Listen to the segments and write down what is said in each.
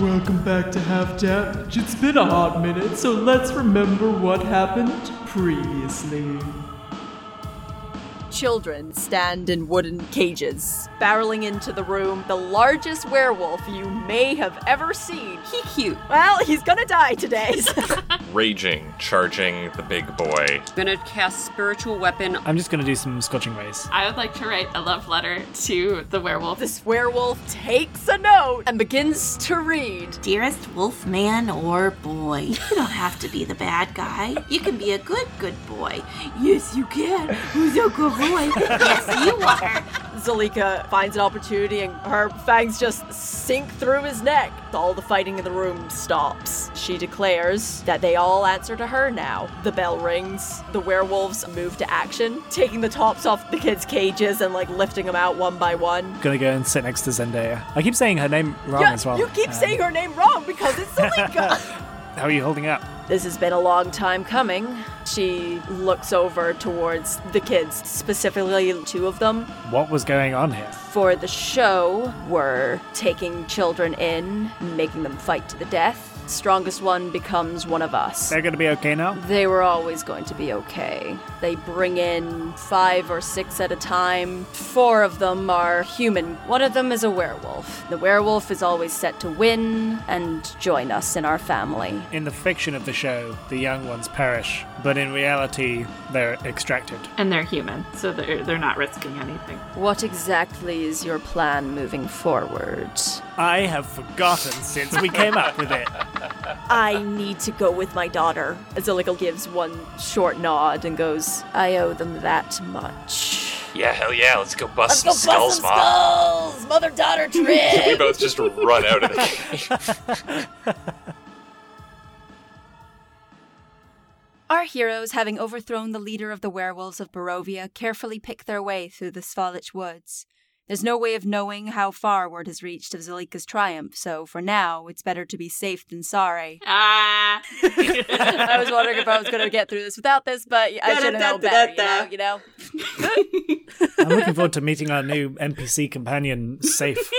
Welcome back to Half Damage. It's been a hot minute, so let's remember what happened previously. Children stand in wooden cages, barreling into the room. The largest werewolf you may have ever seen. He cute. Well, he's gonna die today. Raging, charging the big boy. gonna cast spiritual weapon. I'm just gonna do some scorching rays. I would like to write a love letter to the werewolf. this werewolf takes a note and begins to read. Dearest wolf man or boy, you don't have to be the bad guy. You can be a good, good boy. Yes, you can. Who's a good boy? yes, you are. Zalika finds an opportunity and her fangs just sink through his neck. All the fighting in the room stops. She declares that they all answer to her now. The bell rings. The werewolves move to action, taking the tops off the kids' cages and like lifting them out one by one. Gonna go and sit next to Zendaya. I keep saying her name wrong Yeah, as well. you keep Um, saying her name wrong because it's Zalika. How are you holding up? This has been a long time coming. She looks over towards the kids, specifically two of them. What was going on here? For the show, we're taking children in, making them fight to the death. Strongest one becomes one of us. They're gonna be okay now? They were always going to be okay. They bring in five or six at a time. Four of them are human, one of them is a werewolf. The werewolf is always set to win and join us in our family. In the fiction of the show, the young ones perish, but in reality, they're extracted. And they're human, so they're, they're not risking anything. What exactly is your plan moving forward? I have forgotten since we came up with it. I need to go with my daughter. Azilical gives one short nod and goes, I owe them that much. Yeah, hell yeah, let's go bust some skulls, mom. Mother daughter trip! We both just run out of the Our heroes, having overthrown the leader of the werewolves of Barovia, carefully pick their way through the Svalich woods. There's no way of knowing how far word has reached of Zalika's triumph, so for now, it's better to be safe than sorry. Ah! I was wondering if I was going to get through this without this, but I should have known better, you know? You know? I'm looking forward to meeting our new NPC companion, Safe.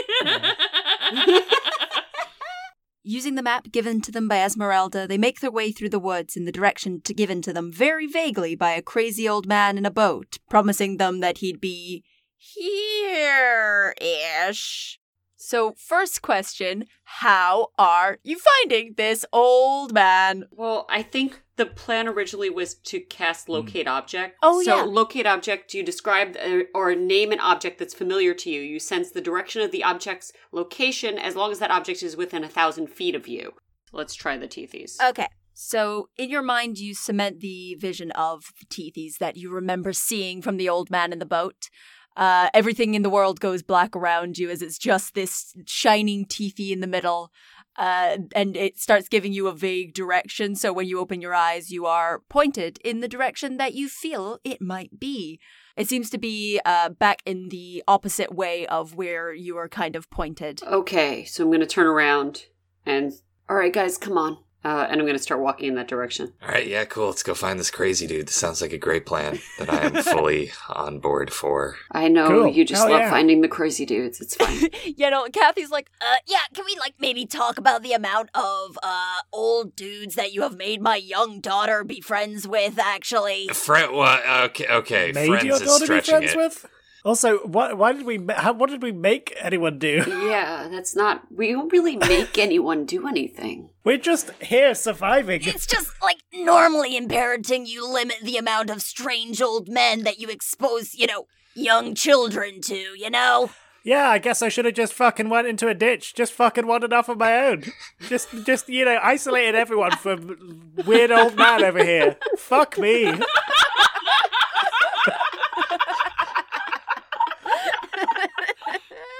Using the map given to them by Esmeralda, they make their way through the woods in the direction to given to them very vaguely by a crazy old man in a boat, promising them that he'd be here ish. So, first question How are you finding this old man? Well, I think the plan originally was to cast Hmm. locate object. Oh, so yeah. locate object. You describe uh, or name an object that's familiar to you. You sense the direction of the object's location as long as that object is within a thousand feet of you. Let's try the teethies. Uh, Okay. So, in your mind, you cement the vision of the teethies that you remember seeing from the old man in the boat. Uh, everything in the world goes black around you as it's just this shining teethy in the middle. Uh, and it starts giving you a vague direction. So, when you open your eyes, you are pointed in the direction that you feel it might be. It seems to be uh, back in the opposite way of where you are kind of pointed. Okay, so I'm gonna turn around and all right, guys, come on. Uh, and I'm gonna start walking in that direction. Alright, yeah, cool. Let's go find this crazy dude. This sounds like a great plan that I am fully on board for. I know Cool. you just Hell love yeah. finding the crazy dudes. It's fine. you know, Kathy's like, uh, yeah, can we like maybe talk about the amount of uh old dudes that you have made my young daughter be friends with? Actually, Friend, what? Okay, okay. Made friends your is daughter be stretching friends it. with? Also, what, why did we, ma- how, what did we make anyone do? yeah, that's not. We don't really make anyone do anything. We're just here surviving. It's just like normally in parenting, you limit the amount of strange old men that you expose, you know, young children to, you know? Yeah, I guess I should have just fucking went into a ditch. Just fucking wandered off on my own. Just, just you know, isolated everyone from weird old man over here. Fuck me.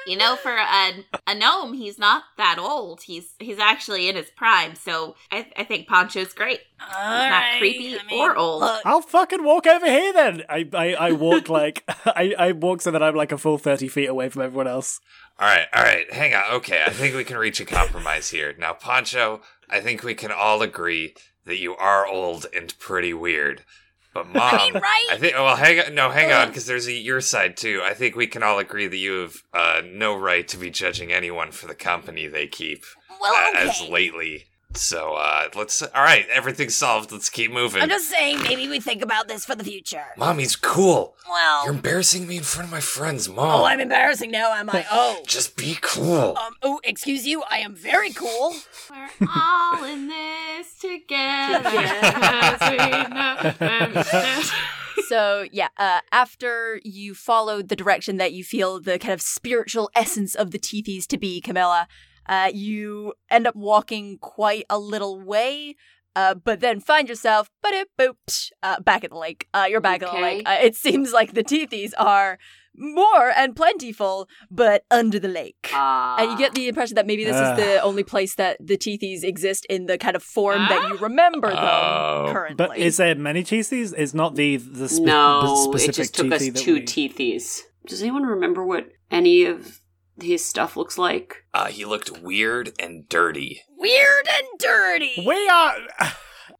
You know, for a, a gnome, he's not that old. He's he's actually in his prime, so I, I think Poncho's great. he's not creepy or old. I'll fucking walk over here then. I, I, I walk like I, I walk so that I'm like a full thirty feet away from everyone else. All right, all right, hang on. Okay, I think we can reach a compromise here. Now, Poncho, I think we can all agree that you are old and pretty weird. But mom, mean, right? I think. Well, hang on. No, hang on, because there's a your side too. I think we can all agree that you have uh, no right to be judging anyone for the company they keep Well, uh, okay. as lately. So uh, let's. All right, everything's solved. Let's keep moving. I'm just saying, maybe we think about this for the future. Mom, he's cool. Well, You're embarrassing me in front of my friends, Mom. oh, I'm embarrassing now, am I? Oh, Just be cool. um, oh, excuse you, I am very cool. We're all in this together. as we know- um, so yeah, uh, after you followed the direction that you feel the kind of spiritual essence of the Teethies to be, Camilla, uh, you end up walking quite a little way. Uh, but then find yourself, but it boops, uh, back at the lake. Uh, you're back at the Okay. lake. Uh, it seems like the Teethies are more and plentiful, but under the lake. Ah. And you get the impression that maybe this Ah. is the only place that the Teethies exist in the kind of form that you remember them Oh. currently. But is there many cheesies? It's not the the spe- no, the it specific just took us cheesy that two we- teethies. Does anyone remember what any of his stuff looks like? Uh, he looked weird and dirty. Weird and dirty. We are.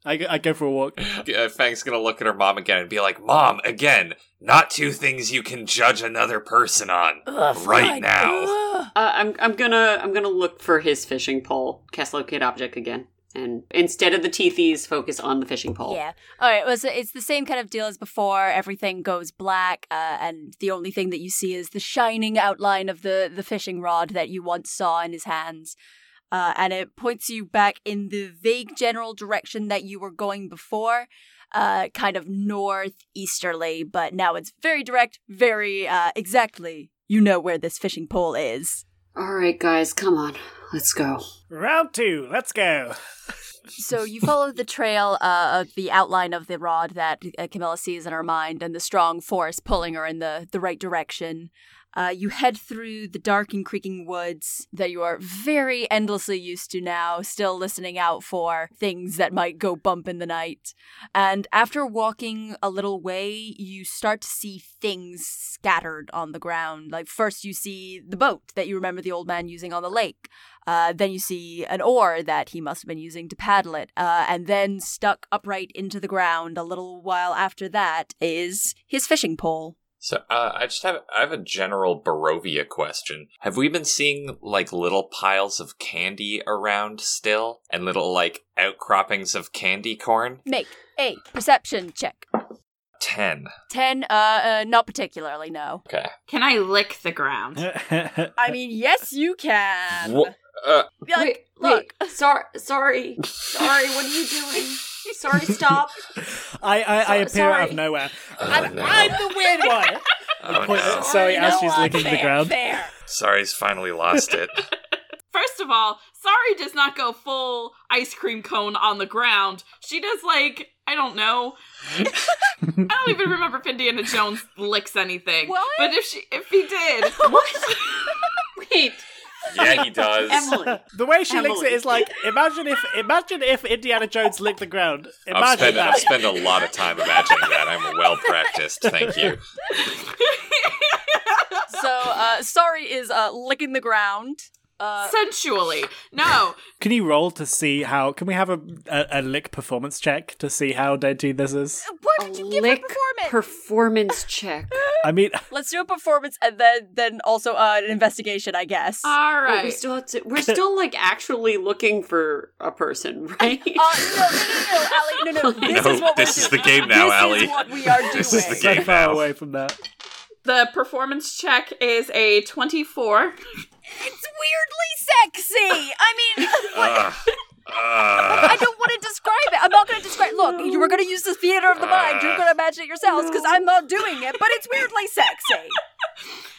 I, go- I go for a walk. Uh, Fang's gonna look at her mom again and be like, "Mom, again, not two things you can judge another person on right now." Ugh. Uh, I'm I'm gonna I'm gonna look for his fishing pole. Cast locate object again, and instead of the teethies, focus on the fishing pole. Yeah. All right. Well, so it's the same kind of deal as before. Everything goes black, uh, and the only thing that you see is the shining outline of the the fishing rod that you once saw in his hands. Uh, and it points you back in the vague general direction that you were going before, uh, kind of northeasterly, but now it's very direct, very uh, exactly. You know where this fishing pole is. All right, guys, come on, let's go. Round two. Let's go. So you follow the trail uh, of the outline of the rod that uh, Camilla sees in her mind and the strong force pulling her in the, the right direction. Uh, you head through the dark and creaking woods that you are very endlessly used to now, still listening out for things that might go bump in the night. And after walking a little way, you start to see things scattered on the ground. Like, first, you see the boat that you remember the old man using on the lake. Uh, then you see an oar that he must have been using to paddle it, uh, and then stuck upright into the ground a little while after that is his fishing pole. So uh, I just have I have a general Barovia question. Have we been seeing like little piles of candy around still, and little like outcroppings of candy corn? Make a perception check. Ten. Ten, uh, uh not particularly, no. Okay. Can I lick the ground? I mean, yes, you can. Wha- uh, Be like, look, sorry, sorry, sorry. What are you doing? Sorry, stop. I I, I appear out sorry. of nowhere. oh, I'm, no. I'm the weird one. oh, Point- no. Sorry, as no she's one licking the there, ground. there. Sorry's finally lost it. First of all, sorry does not go full ice cream cone on the ground. She does like I don't know. I don't even remember if Indiana Jones licks anything. What? But if she if he did, what? Wait, yeah, he does. Emily. The way she licks it Emily. is like imagine if imagine if Indiana Jones licked the ground. I've Imagine spent, I've that. spent a lot of time imagining that. I'm well practiced. Thank you. So, uh, sorry is uh, licking the ground. Uh, Sensually, no. Can you roll to see how? Can we have a a, a lick performance check to see how dainty this is? what A did you give her lick performance? performance check. I mean, Let's do a performance and then then also uh, an investigation, I guess. All But right. we still have to, we're still like actually looking for a person, right? Uh, no, no, no, no, Ali, no, no. This no, is what this we're is the doing. game now, this Allie. is what we are doing. This is the so game far now. away from that. The performance check is a 24. It's weirdly sexy. I mean, Ugh. Ugh. I don't want to describe it. I'm not going to describe. Look, you were going to use the theater of the mind. You're going to imagine it yourselves because I'm not doing it. But it's weirdly sexy.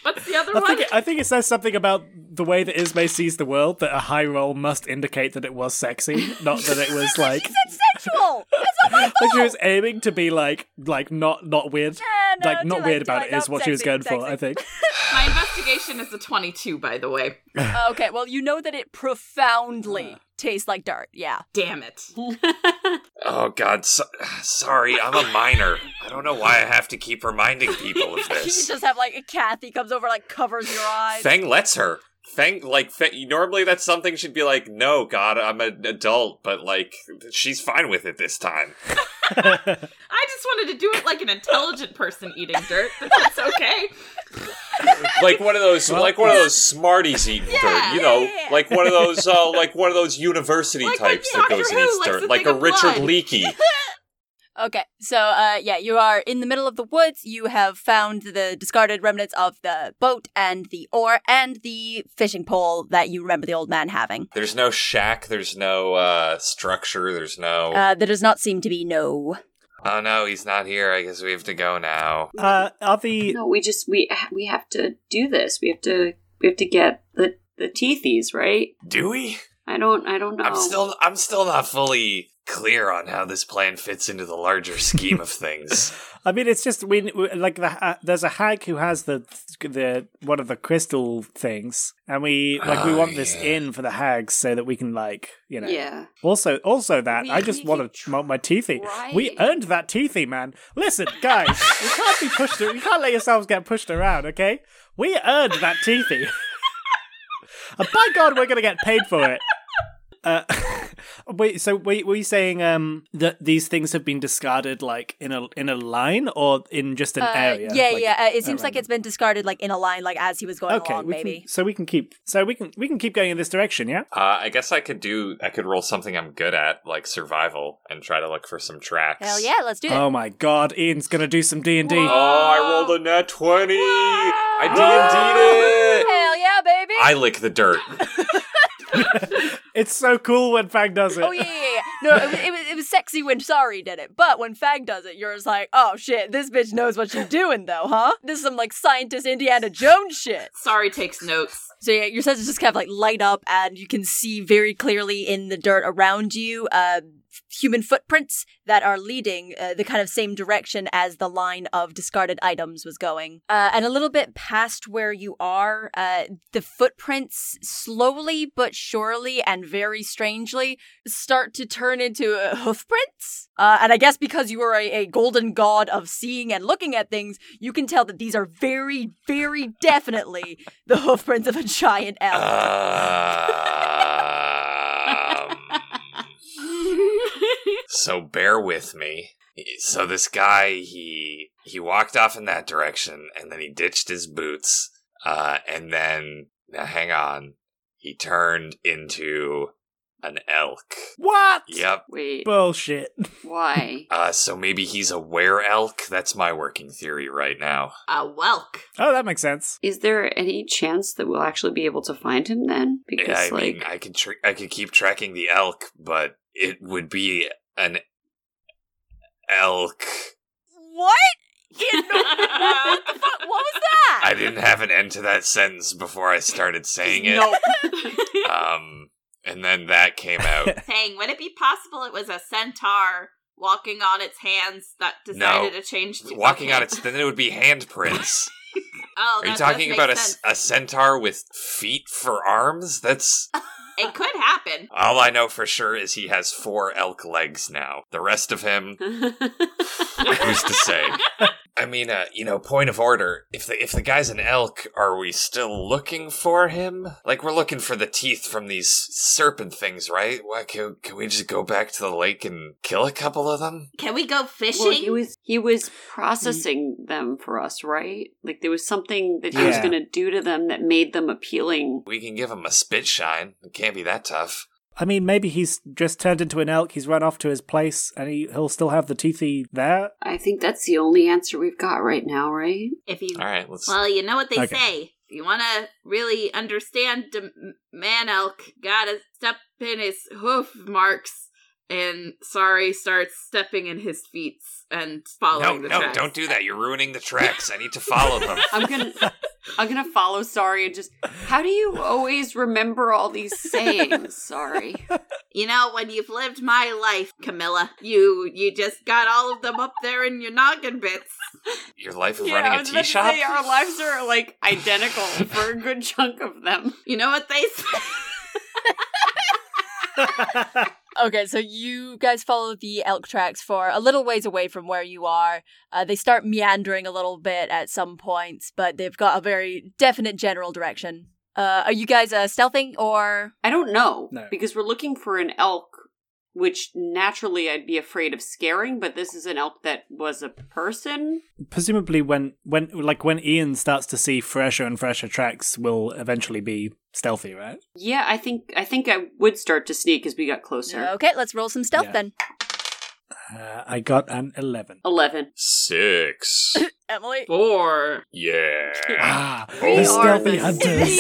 What's the other I one? think, it, I think it says something about the way that Ismay sees the world that a high roll must indicate that it was sexy, not that it was like It's sexual. That's not my like she fault. was aiming to be like like not not weird, Yeah, no, like do not it, weird do about it. it is Nope, what she was sexy, going for. sexy. I think. My investigation is a 22, by the way. Uh, okay, well, you know that it profoundly tastes like dirt. Yeah. Damn it. Oh God, so- sorry, I'm a minor. I don't know why I have to keep reminding people of You this. just have like a Kathy comes over, like covers your eyes. Fang lets her. Fang, like, Fang, normally that's something she'd be like, "No, God, I'm an adult," but like, she's fine with it this time. I just wanted to do it like an intelligent person eating dirt, but that's okay. like one of those, like one of those Smarties eating Yeah, dirt, you know, yeah, yeah. like one of those, uh, like one of those university Like when types that Doctor goes and Who eats likes dirt, to like think a of Richard blood. Leakey. Okay, so uh, yeah, you are in the middle of the woods. You have found the discarded remnants of the boat and the oar and the fishing pole that you remember the old man having. There's no shack. There's no uh, structure. There's no. Uh, there does not seem to be no. oh no, he's not here. I guess we have to go now. Uh, are the No, we just we we have to do this. We have to we have to get the the teethies right. Do we? I don't I don't know. I'm still. I'm still not fully clear on how this plan fits into the larger scheme of things. I mean, it's just we we- like the ha- there's a hag who has the the one of the crystal things, and we like we Oh, want this yeah. in for the hags so that we can like you know. yeah. Also, also that We- I just we want could to want my teethy. We try- earned that teethy, man. Listen, guys, you can't be pushed. You can't let yourselves get pushed around, okay? We earned that teethy, and by God, we're gonna get paid for it. Uh, wait, so wait, were you saying um, that these things have been discarded like in a in a line or in just an Uh, area? yeah, Like, yeah. Uh, at it seems like random? it's been discarded like in a line, like as he was going okay. along. we can- Maybe so we can keep. So we can we can keep going in this direction. Yeah. Uh, I guess I could do. I could roll something I'm good at, like survival, and try to look for some tracks. hell yeah, let's do it. Oh my God, Ian's gonna do some D and D. Oh, I rolled a net twenty. I D and D Hell yeah, baby. it. I lick the dirt. It's so cool when Fang does it. Oh yeah, yeah, yeah. no, it was, it was it was sexy when Sorry did it, but when Fag does it, you're just like, oh shit, this bitch knows what she's doing though, huh? This is some like scientist Indiana Jones shit. Sorry takes notes. So yeah, your senses just kind of like light up, and you can see very clearly in the dirt around you uh, human footprints that are leading uh, the kind of same direction as the line of discarded items was going. Uh, and a little bit past where you are, uh, the footprints slowly but surely and very strangely start to turn into uh, hoof prints. Uh, and I guess because you are a, a golden god of seeing and looking at things, you can tell that these are very, very definitely the hoof prints of a giant elk. Um, so bear with me. So this guy, he he walked off in that direction, and then he ditched his boots, uh, and then now hang on, he turned into an elk. What? Yep. Wait. Bullshit. why? Uh, so maybe he's a were elk. That's my working theory right now. A whelk. Oh, that makes sense. Is there any chance that we'll actually be able to find him then? Because Yeah, I like mean, I could tr I could keep tracking the elk, but it would be an elk. What? In the- what, the fuck? what was that? Ah. I didn't have an end to that sentence before I started saying it. Nope. Um, and then that came out. saying, would it be possible it was a centaur walking on its hands that decided No. to change? To- Walking Okay. on its, then it would be handprints. Are Oh, you that does talking make about a, sense. s- a centaur with feet for arms? That's It could happen. all I know for sure is he has four elk legs now. The rest of him, who's to say? I mean, uh, you know, point of order. If the if the guy's an elk, are we still looking for him? Like we're looking for the teeth from these serpent things, right? Why can, can we just go back to the lake and kill a couple of them? Can we go fishing? Well, he was he was processing them for us, right? Like there was something that he was Yeah. going to do to them that made them appealing. We can give him a spit shine. It can't be that tough. I mean, maybe he's just turned into an elk. He's run off to his place, and he, he'll still have the teethy there. I think that's the only answer we've got right now, right? if you All right, let's. well, you know what they Okay. say. If you want to really understand the m- man elk, gotta step in his hoof marks. And sorry, starts stepping in his feet and No, following the no, tracks. don't do that. You're ruining the tracks. I need to follow them. I'm gonna I'm gonna follow sorry and just how do you always remember all these sayings? Sorry. You know, when you've lived my life, Camilla, you you just got all of them up there in your noggin bits. Your life of running a tea shop. They, our lives are like identical for a good chunk of them. You know what they say? Okay, so you guys follow the elk tracks for a little ways away from where you are. Uh, they start meandering a little bit at some points, but they've got a very definite general direction. Uh, are you guys uh, stealthing or? I don't know No. because we're looking for an elk which naturally I'd be afraid of scaring, but this is an elk that was a person. Presumably, when when like when Ian starts to see fresher and fresher tracks, will eventually be stealthy, right? Yeah, I think I think I would start to sneak as we got closer. Okay, let's roll some stealth Yeah. then. Uh, I got an eleven. Eleven. Six. Emily. Four. Yeah. Ah, We the are stealthy the hunters.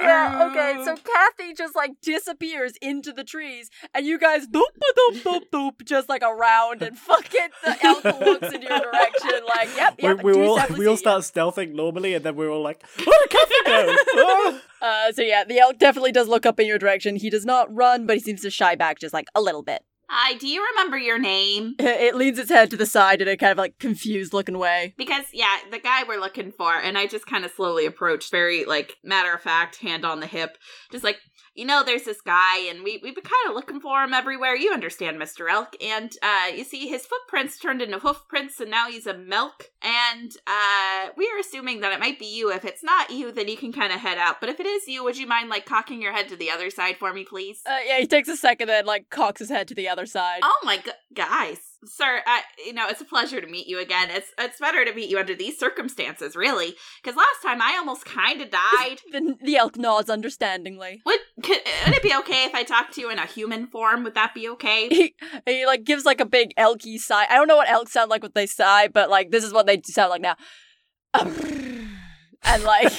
yeah, okay, so Kathy just like disappears into the trees, and you guys doop doop doop doop just like around, and fucking the elk looks in your direction, like, yep, We, yep, we do all something we all to you. start stealthing normally, and then we're all like, "Where did Cathy go?" Ah. Uh, so yeah, the elk definitely does look up in your direction. He does not run, but he seems to shy back just like a little bit. Hi, do you remember your name? It leans its head to the side in a kind of like confused looking way. Because yeah, the guy we're looking for, and I just kind of slowly approached, very like matter of fact, hand on the hip, just like you know, there's this guy, and we we've been kind of looking for him everywhere. You understand, Mister Elk, and uh, you see his footprints turned into hoofprints, and now he's a milk. And uh, we are assuming that it might be you. If it's not you, then you can kind of head out. But if it is you, would you mind like cocking your head to the other side for me, please? Uh, yeah, he takes a second and like cocks his head to the other side. Oh my go- guys, sir! I, you know it's a pleasure to meet you again. It's it's better to meet you under these circumstances, really, because last time I almost kind of died. The, the elk nods understandingly. Would could, would it be okay if I talked to you in a human form? Would that be okay? He, he like gives like a big elky sigh. I don't know what elks sound like when they sigh, but like this is what they sound like now. And like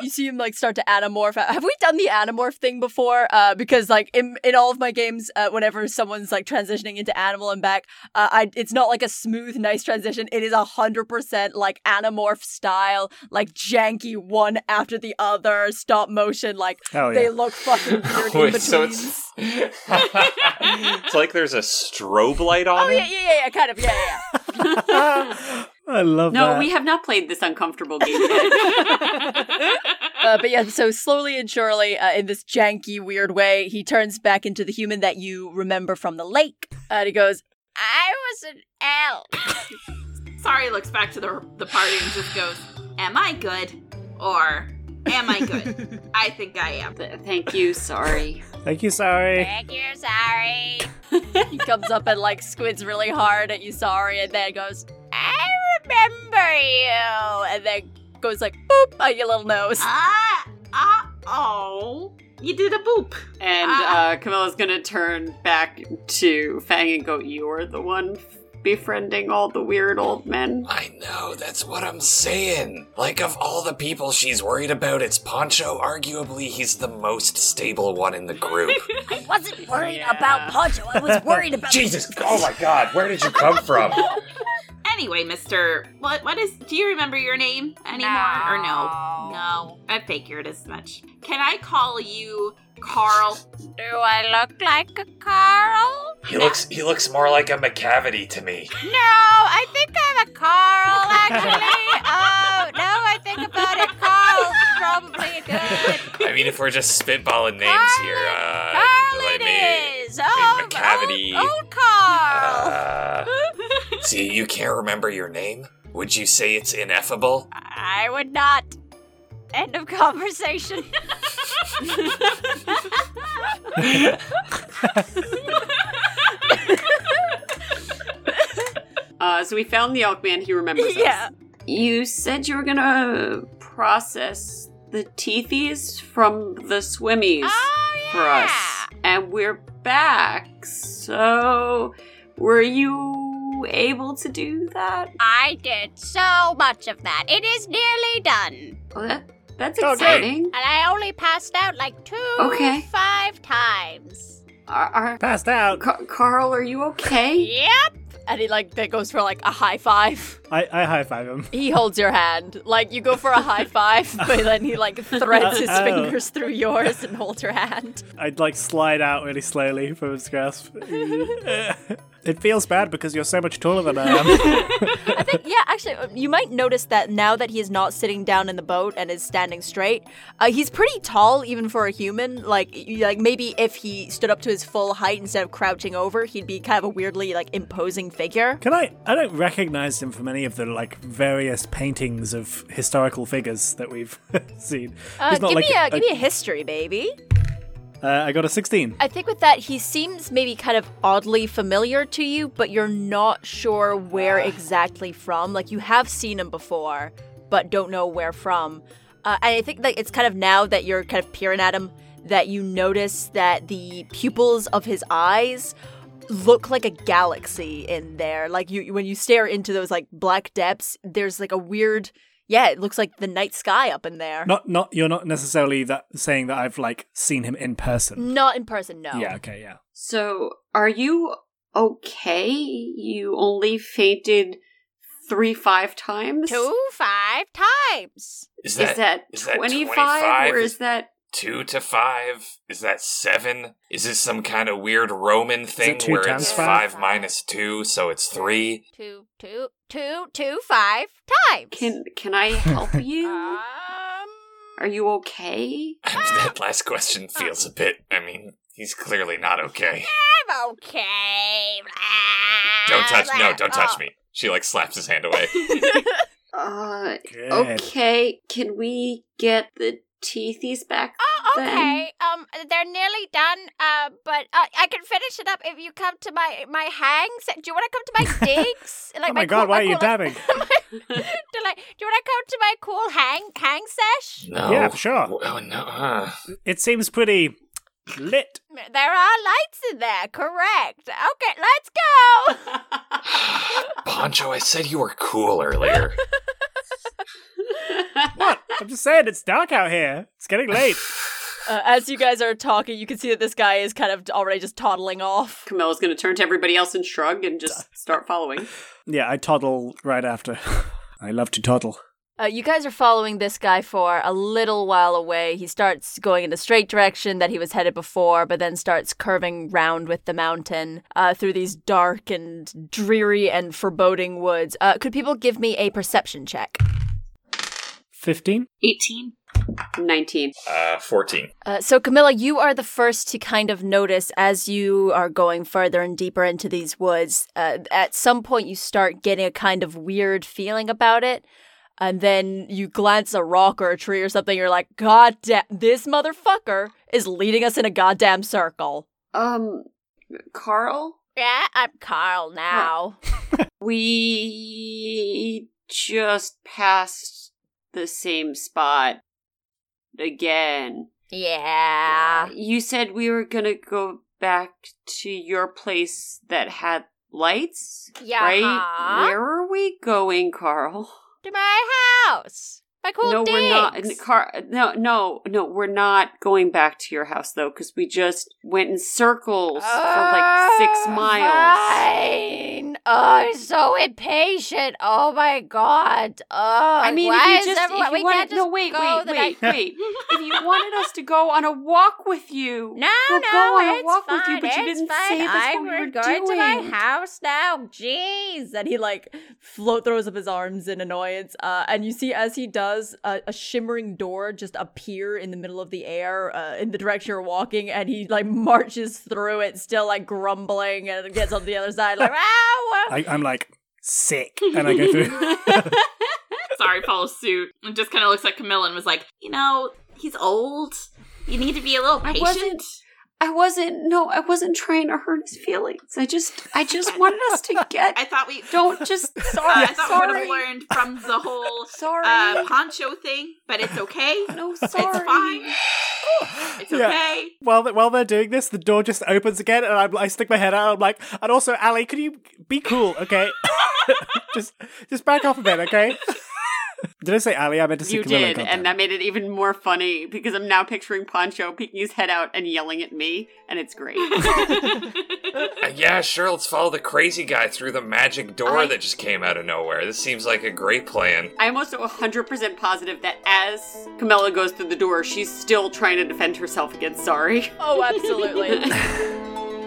you see him like start to anamorph. Have we done the anamorph thing before? Uh, because like in in all of my games, uh, whenever someone's like transitioning into animal and back, uh, I it's not like a smooth, nice transition. It is a hundred percent like anamorph style, like janky one after the other, stop motion. Like Oh they yeah. look fucking weird in Wait, between. so it's it's like there's a strobe light on Oh it. yeah, yeah, yeah, yeah, kind of, yeah, yeah. yeah. I love No, that. we have not played this uncomfortable game yet. Uh, but yeah, so slowly and surely, uh, in this janky, weird way, he turns back into the human that you remember from the lake. And he goes, I was an elk. Sorry, looks back to the the party and just goes, "Am I good, or am I good? I think I am." Th- Thank you. Sorry. Thank you, sorry. Thank you, sorry. He comes up and like squids really hard at you, sorry, and then goes, I remember you. and then goes like, boop, on your little nose. Ah, ah, oh, you did a boop. And uh, Camilla's gonna turn back to Fang and go, You're the one befriending all the weird old men. I know, that's what I'm saying. Like, of all the people she's worried about, it's Poncho. Arguably, he's the most stable one in the group. I wasn't worried about Poncho. I was worried about Jesus, oh my god, where did you come from? Anyway, Mister, what what is? Do you remember your name anymore or no? No, I figured as much. Can I call you Carl? Do I look like a Carl? He looks he looks more like a McCavity to me. No, I think I'm a Carl, actually. oh, no, I think about it. Carl's probably good. I mean, if we're just spitballing names here, uh, Carl let it me- is. Oh, McCavity. Old, old Carl. Uh, see, you can't remember your name? Would you say it's ineffable? I would not. End of conversation. Uh, so we found the elk man. He remembers Yeah. us. You said you were gonna process the teethies from the swimmies Ah, Oh, for us. And we're back. So, were you able to do that? I did so much of that. It is nearly done. Well, that that's Oh, great. exciting. And I only passed out like two, Okay. five times. Are, are, Passed out. Ca- Carl, are you okay? Yep. And he like, that goes for like a high five. I, I high five him. He holds your hand. Like, you go for a high five, but then he like threads his Oh. fingers through yours and holds your hand. I'd like slide out really slowly from his grasp. it feels bad because you're so much taller than I am. I think, yeah, actually, uh, you might notice that now that he is not sitting down in the boat and is standing straight, uh, he's pretty tall even for a human. Like, you, like maybe if he stood up to his full height instead of crouching over, he'd be kind of a weirdly like imposing figure. Can I? I don't recognize him from any of the like various paintings of historical figures that we've seen. Uh, He's give not like me a, give me a history, baby. Uh, I got a 16. I think with that, he seems maybe kind of oddly familiar to you, but you're not sure where exactly from. Like, you have seen him before, but don't know where from. Uh, and I think that it's kind of now that you're kind of peering at him that you notice that the pupils of his eyes look like a galaxy in there. Like, you when you stare into those like black depths, there's like a weird. Yeah, it looks like the night sky up in there. Not, not. You're not necessarily that saying that I've like seen him in person. Not in person, no. Yeah. Okay. Yeah. So, are you okay? You only fainted three five times. Two, five times. Is Is that is that twenty five 25? or is that two to five? Is that seven? Is this some kind of weird Roman thing two where times it's five? five, minus two, so it's three? two, two, two, two, five times. can can I help you? um, Are you okay? that last question feels a bit. I mean, he's clearly not okay. I'm okay. Don't touch. No, don't oh. Oh, touch me. She like slaps his hand away. Uh, Good. Oh okay. Can we get the teethies back? Oh, then? okay. Um, they're nearly done. Uh, but uh, I can finish it up if you come to my my hangs. Do you want to come to my digs? Like oh my god! cool- why are you cool- dabbing? do, like, do you want to come to my cool hang hang sesh? No. Yeah, sure. Oh no. Uh, it seems pretty lit. There are lights in there. Correct. Okay, let's go. Poncho, I said you were cool earlier. What? I'm just saying, it's dark out here. It's getting late. Uh, as you guys are talking, you can see that this guy is kind of already just toddling off. Camilla's going to turn to everybody else and shrug and just start following. Yeah, I toddle right after. I love to toddle. Uh, you guys are following this guy for a little while away. He starts going in the straight direction that he was headed before, but then starts curving round with the mountain uh, through these dark and dreary and foreboding woods. Uh, could people give me a perception check? Fifteen. 18. 19. Uh, fourteen. Uh, so, Camilla, you are the first to kind of notice as you are going further and deeper into these woods. Uh, at some point, you start getting a kind of weird feeling about it. And then you glance a rock or a tree or something. You're like, God damn, this motherfucker is leading us in a goddamn circle. Um, Carl, yeah, I'm Carl now. we just passed the same spot again. Yeah. Uh, You said we were going to go back to your place that had lights, Yeah. uh-huh. right? Where are we going, Carl? To my house. My cool no, we're not. digs. n- Car- no, no, no, we're not going back to your house though, because we just went in circles for like six Oh, miles. Fine. Oh, I'm so impatient. Oh my god. Oh, I mean, why if you is just, everyone? if you we wanted, can't just no, wait, go wait, the wait, night- wait. if you wanted us to go on a walk with you, No, we'll no, go on a it's walk fine. with you, but you it's didn't fine. say that's I'm what we were going doing. to my house now. Jeez. And he like float throws up his arms in annoyance. Uh, and you see as he does, a a shimmering door just appear in the middle of the air uh, in the direction you're walking, and he like marches through it, still like grumbling, and gets on the other side like, "Ow!" I, I'm like sick, and I go through. Sorry, follow suit. And just kind of looks like Camilla and was like, you know, he's old. You need to be a little I patient. wasn't- I wasn't. No, I wasn't trying to hurt his feelings. I just, I just wanted us to get. I thought we don't just. Uh, Sorry, I thought we would sorry, have learned from the whole sorry. uh, poncho thing, but it's okay. no, It's sorry. fine. It's Yeah. okay. while they- while they're doing this, the door just opens again, and I'm, I stick my head out. I'm like, and also, Ali, could you be cool, okay? just just back off a bit, okay? did I say Ali? I meant to say You Camilla. did, goddamn. and that made it even more funny because I'm now picturing Poncho peeking his head out and yelling at me, and it's great. Uh, yeah, sure. Let's follow the crazy guy through the magic door that just came out of nowhere. This seems like a great plan. I'm also 100% positive that as Camilla goes through the door, she's still trying to defend herself against sorry. Oh, absolutely.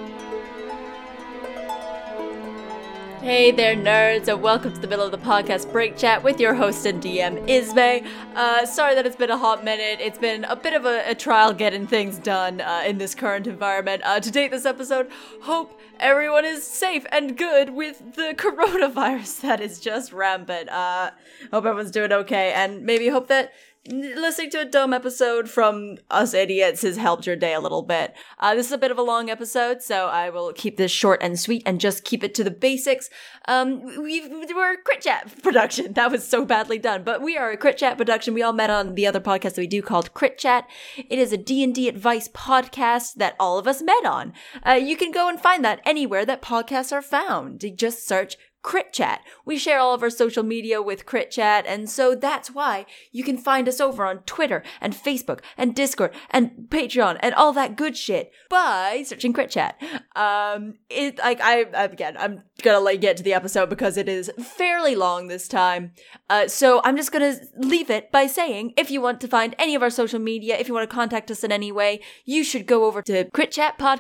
Hey there, nerds, and welcome to the middle of the podcast break chat with your host and DM, Ismay. Uh, sorry that it's been a hot minute. It's been a bit of a, a trial getting things done uh, in this current environment. Uh, to date this episode, hope everyone is safe and good with the coronavirus that is just rampant. Uh, hope everyone's doing okay, and maybe hope that listening to a dumb episode from us idiots has helped your day a little bit. Uh, this is a bit of a long episode, so I will keep this short and sweet and just keep it to the basics. Um, we we're a Crit Chat production. That was so badly done, but we are a Crit Chat production. We all met on the other podcast that we do called Crit Chat. It is a D&D advice podcast that all of us met on. Uh, you can go and find that anywhere that podcasts are found. Just search Crit Chat. We share all of our social media with Crit Chat, and so that's why you can find us over on Twitter and Facebook and Discord and Patreon and all that good shit by searching Crit Chat. Um, it like I again I'm gonna like get to the episode because it is fairly long this time. Uh, so I'm just gonna leave it by saying if you want to find any of our social media, if you want to contact us in any way, you should go over to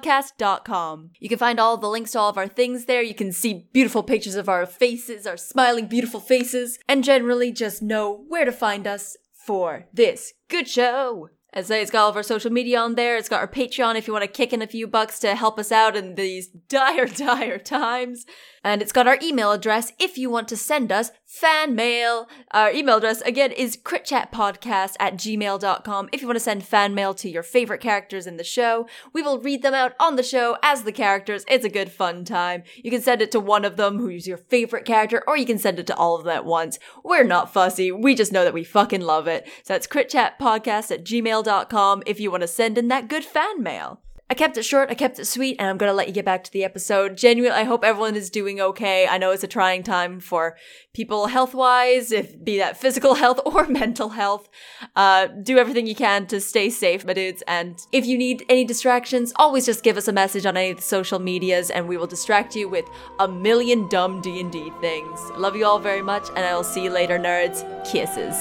critchatpodcast.com. You can find all the links to all of our things there. You can see beautiful pictures of our faces, our smiling, beautiful faces, and generally just know where to find us for this good show. As I say, it's got all of our social media on there. It's got our Patreon if you want to kick in a few bucks to help us out in these dire, dire times. And it's got our email address if you want to send us fan mail. Our email address, again, is critchatpodcast at gmail.com. If you want to send fan mail to your favorite characters in the show, we will read them out on the show as the characters. It's a good fun time. You can send it to one of them who's your favorite character, or you can send it to all of them at once. We're not fussy. We just know that we fucking love it. So that's critchatpodcast at gmail.com if you want to send in that good fan mail. I kept it short, I kept it sweet, and I'm gonna let you get back to the episode. Genuinely, I hope everyone is doing okay. I know it's a trying time for people health wise, if be that physical health or mental health. Uh, do everything you can to stay safe, my dudes. And if you need any distractions, always just give us a message on any of the social medias, and we will distract you with a million dumb D and D things. I love you all very much, and I will see you later, nerds. Kisses.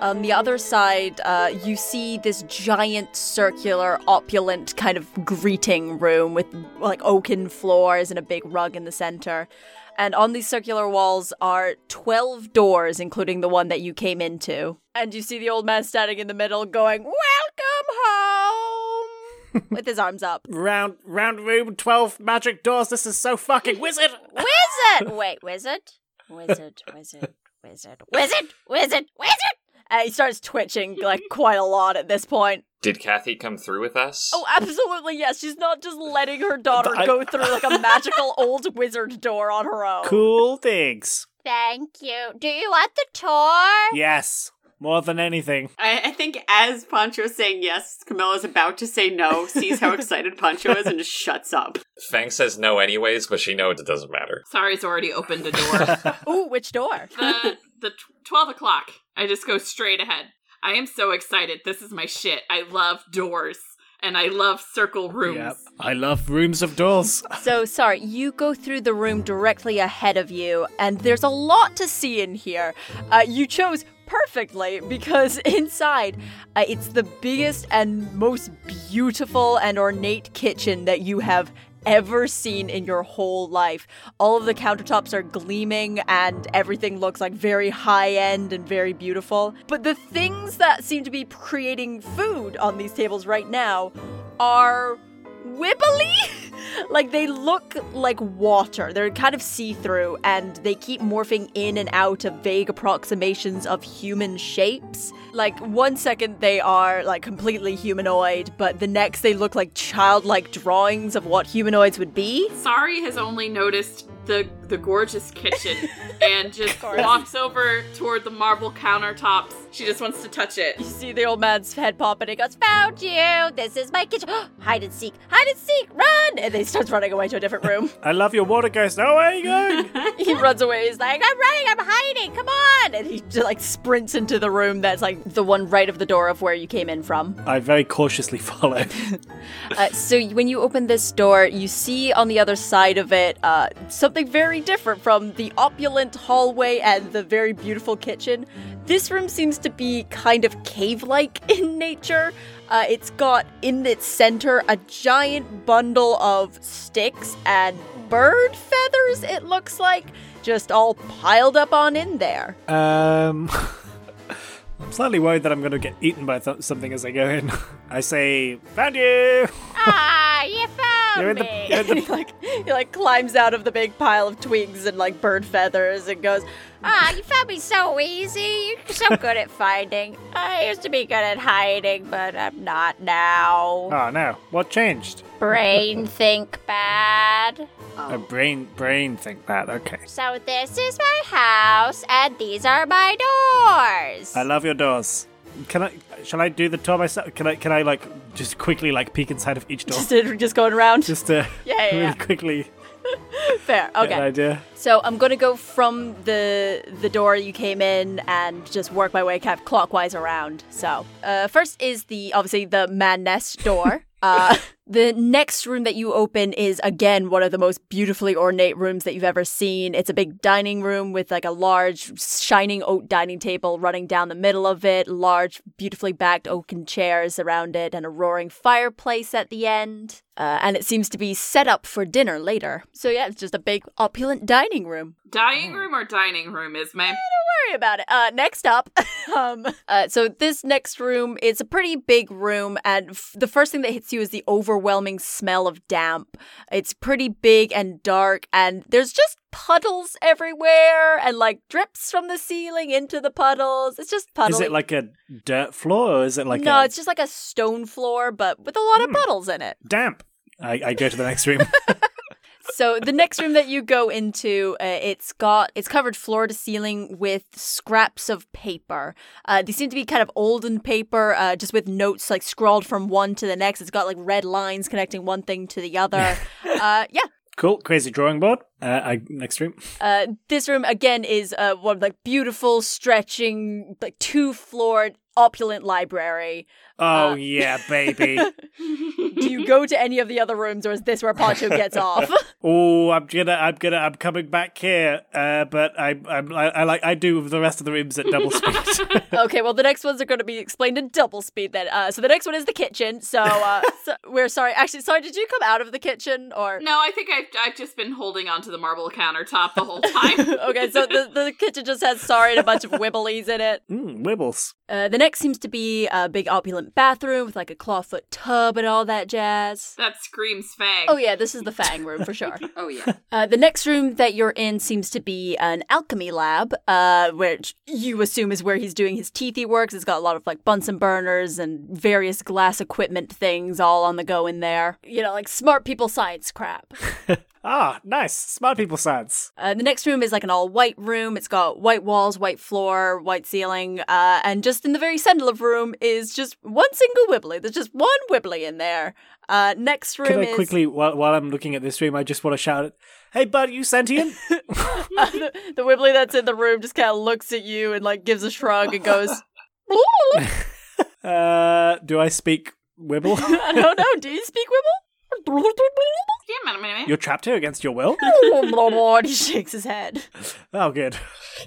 On the other side, uh, you see this giant, circular, opulent kind of greeting room with like oaken floors and a big rug in the center. And on these circular walls are 12 doors, including the one that you came into. And you see the old man standing in the middle going, Welcome home! with his arms up. Round, round room, twelve magic doors. This is so fucking wizard. Wizard! Wait, wizard? Wizard, wizard, wizard, wizard, wizard, wizard! And Uh, he starts twitching like quite a lot at this point. Did Kathy come through with us? Oh, absolutely, yes. She's not just letting her daughter I- go through like a magical old wizard door on her own. Cool things. Thank you. Do you want the tour? Yes, more than anything. I, I think as Pancho's saying yes, Camilla's about to say no, sees how excited Pancho is, and just shuts up. Fang says no anyways, but she knows it doesn't matter. Sorry's already opened a door. Ooh, which door? the Uh, the tw- twelve o'clock. I just go straight ahead. I am so excited. This is my shit. I love doors and I love circle rooms. I love rooms of doors. So sorry, you go through the room directly ahead of you, and there's a lot to see in here. Uh, you chose perfectly because inside uh, it's the biggest and most beautiful and ornate kitchen that you have ever seen in your whole life. All of the countertops are gleaming and everything looks like very high end and very beautiful. But the things that seem to be creating food on these tables right now are wibbly like they look like water they're kind of see-through and they keep morphing in and out of vague approximations of human shapes like one second they are like completely humanoid but the next they look like childlike drawings of what humanoids would be Sorry has only noticed the the gorgeous kitchen and just walks over toward the marble countertops. She just wants to touch it. you see the old man's head pop and he goes Found you. This is my kitchen. Hide and seek. Hide and seek. run and then he starts running away to a different room I love your water ghost. Oh, where are you going? he runs away. He's like, I'm running, I'm hiding, come on! And he just, like sprints into the room that's like the one right of the door of where you came in from. I very cautiously follow. Uh, so when you open this door, you see on the other side of it uh, something very different from the opulent hallway and the very beautiful kitchen. This room seems to be kind of cave-like in nature. Uh, it's got in its center a giant bundle of sticks and bird feathers. It looks like just all piled up on in there. Um, I'm slightly worried that I'm going to get eaten by th- something as I go in. I say, found you. Ah, you found You're in the- me. you're in the- he like he like climbs out of the big pile of twigs and like bird feathers and goes, Ah, you found me so easy. You're so good at finding. I used to be good at hiding, but I'm not now. Oh no! What changed? Brain think bad. Oh. A brain, brain think that. Okay. So this is my house, and these are my doors. I love your doors. Can I? Shall I do the tour myself? Can I? Can I like just quickly like peek inside of each door? just just going around. Just to Yeah, yeah, really yeah. quickly Fair, get an okay. idea. So I'm gonna go from the the door you came in and just work my way kind of clockwise around. So uh, first is the obviously the man nest door. uh, the next room that you open is again one of the most beautifully ornate rooms that you've ever seen. It's a big dining room with like a large shining oak dining table running down the middle of it, large beautifully backed oaken chairs around it, and a roaring fireplace at the end. Uh, and it seems to be set up for dinner later. So yeah, it's just a big opulent dining room. Mm. Dining room or dining room, Ismay? Don't worry about it. Uh, next up, um, uh, so this next room, it's a pretty big room, and f- the first thing that hits you is the overwhelming smell of damp. It's pretty big and dark, and there's just puddles everywhere, and like drips from the ceiling into the puddles. It's just puddles. Is it like a dirt floor or is it like no, a Hmm. it's just like a stone floor, but with a lot of puddles in it. damp? I, I go to the next room. so the next room that you go into uh, it's got it's covered floor to ceiling with scraps of paper uh, they seem to be kind of olden paper uh, just with notes like scrawled from one to the next it's got like red lines connecting one thing to the other uh, yeah cool, crazy drawing board. Uh, I next room. uh, this room again is uh, one like beautiful stretching like two floored opulent library Oh Uh, yeah, baby. do you go to any of the other rooms or is this where poncho gets off oh, I'm gonna, I'm gonna, I'm coming back here. Uh, but I, I'm, I, I like, I do the rest of the rooms at double speed. okay, well, the next ones are going to be explained in double speed then. Uh, so the next one is the kitchen. So, uh, so we're sorry. Actually, sorry, did you come out of the kitchen or? No, I think I've, I've just been holding onto the marble countertop the whole time. okay, so the, the kitchen just has sorry and a bunch of wibblies in it. mm, wibbles. Uh, the next seems to be a big opulent bathroom with like a clawfoot tub and all that jazz. that screams fang. Oh, yeah, this is the fang room for sure. Oh yeah. Uh, the next room that you're in seems to be an alchemy lab, uh, which you assume is where he's doing his teethy works. It's got a lot of like Bunsen burners and various glass equipment things all on the go in there. You know, like smart people science crap. Ah, nice. Smart people science. Uh, the next room is like an all white room. It's got white walls, white floor, white ceiling, uh, and just in the very center of the room is just one single wibbly. There's just one wibbly in there. Uh, next room Can I is quickly, while, while I'm looking at this room, I just want to shout, it, "Hey, bud, you sentient?" Uh, the, the Wibbly that's in the room just kind of looks at you and like gives a shrug and goes, uh, do I speak Wibble? I don't know. Do you speak Wibble? Damn it, I'm gonna- You're trapped here against your will. and he shakes his head. Oh, good.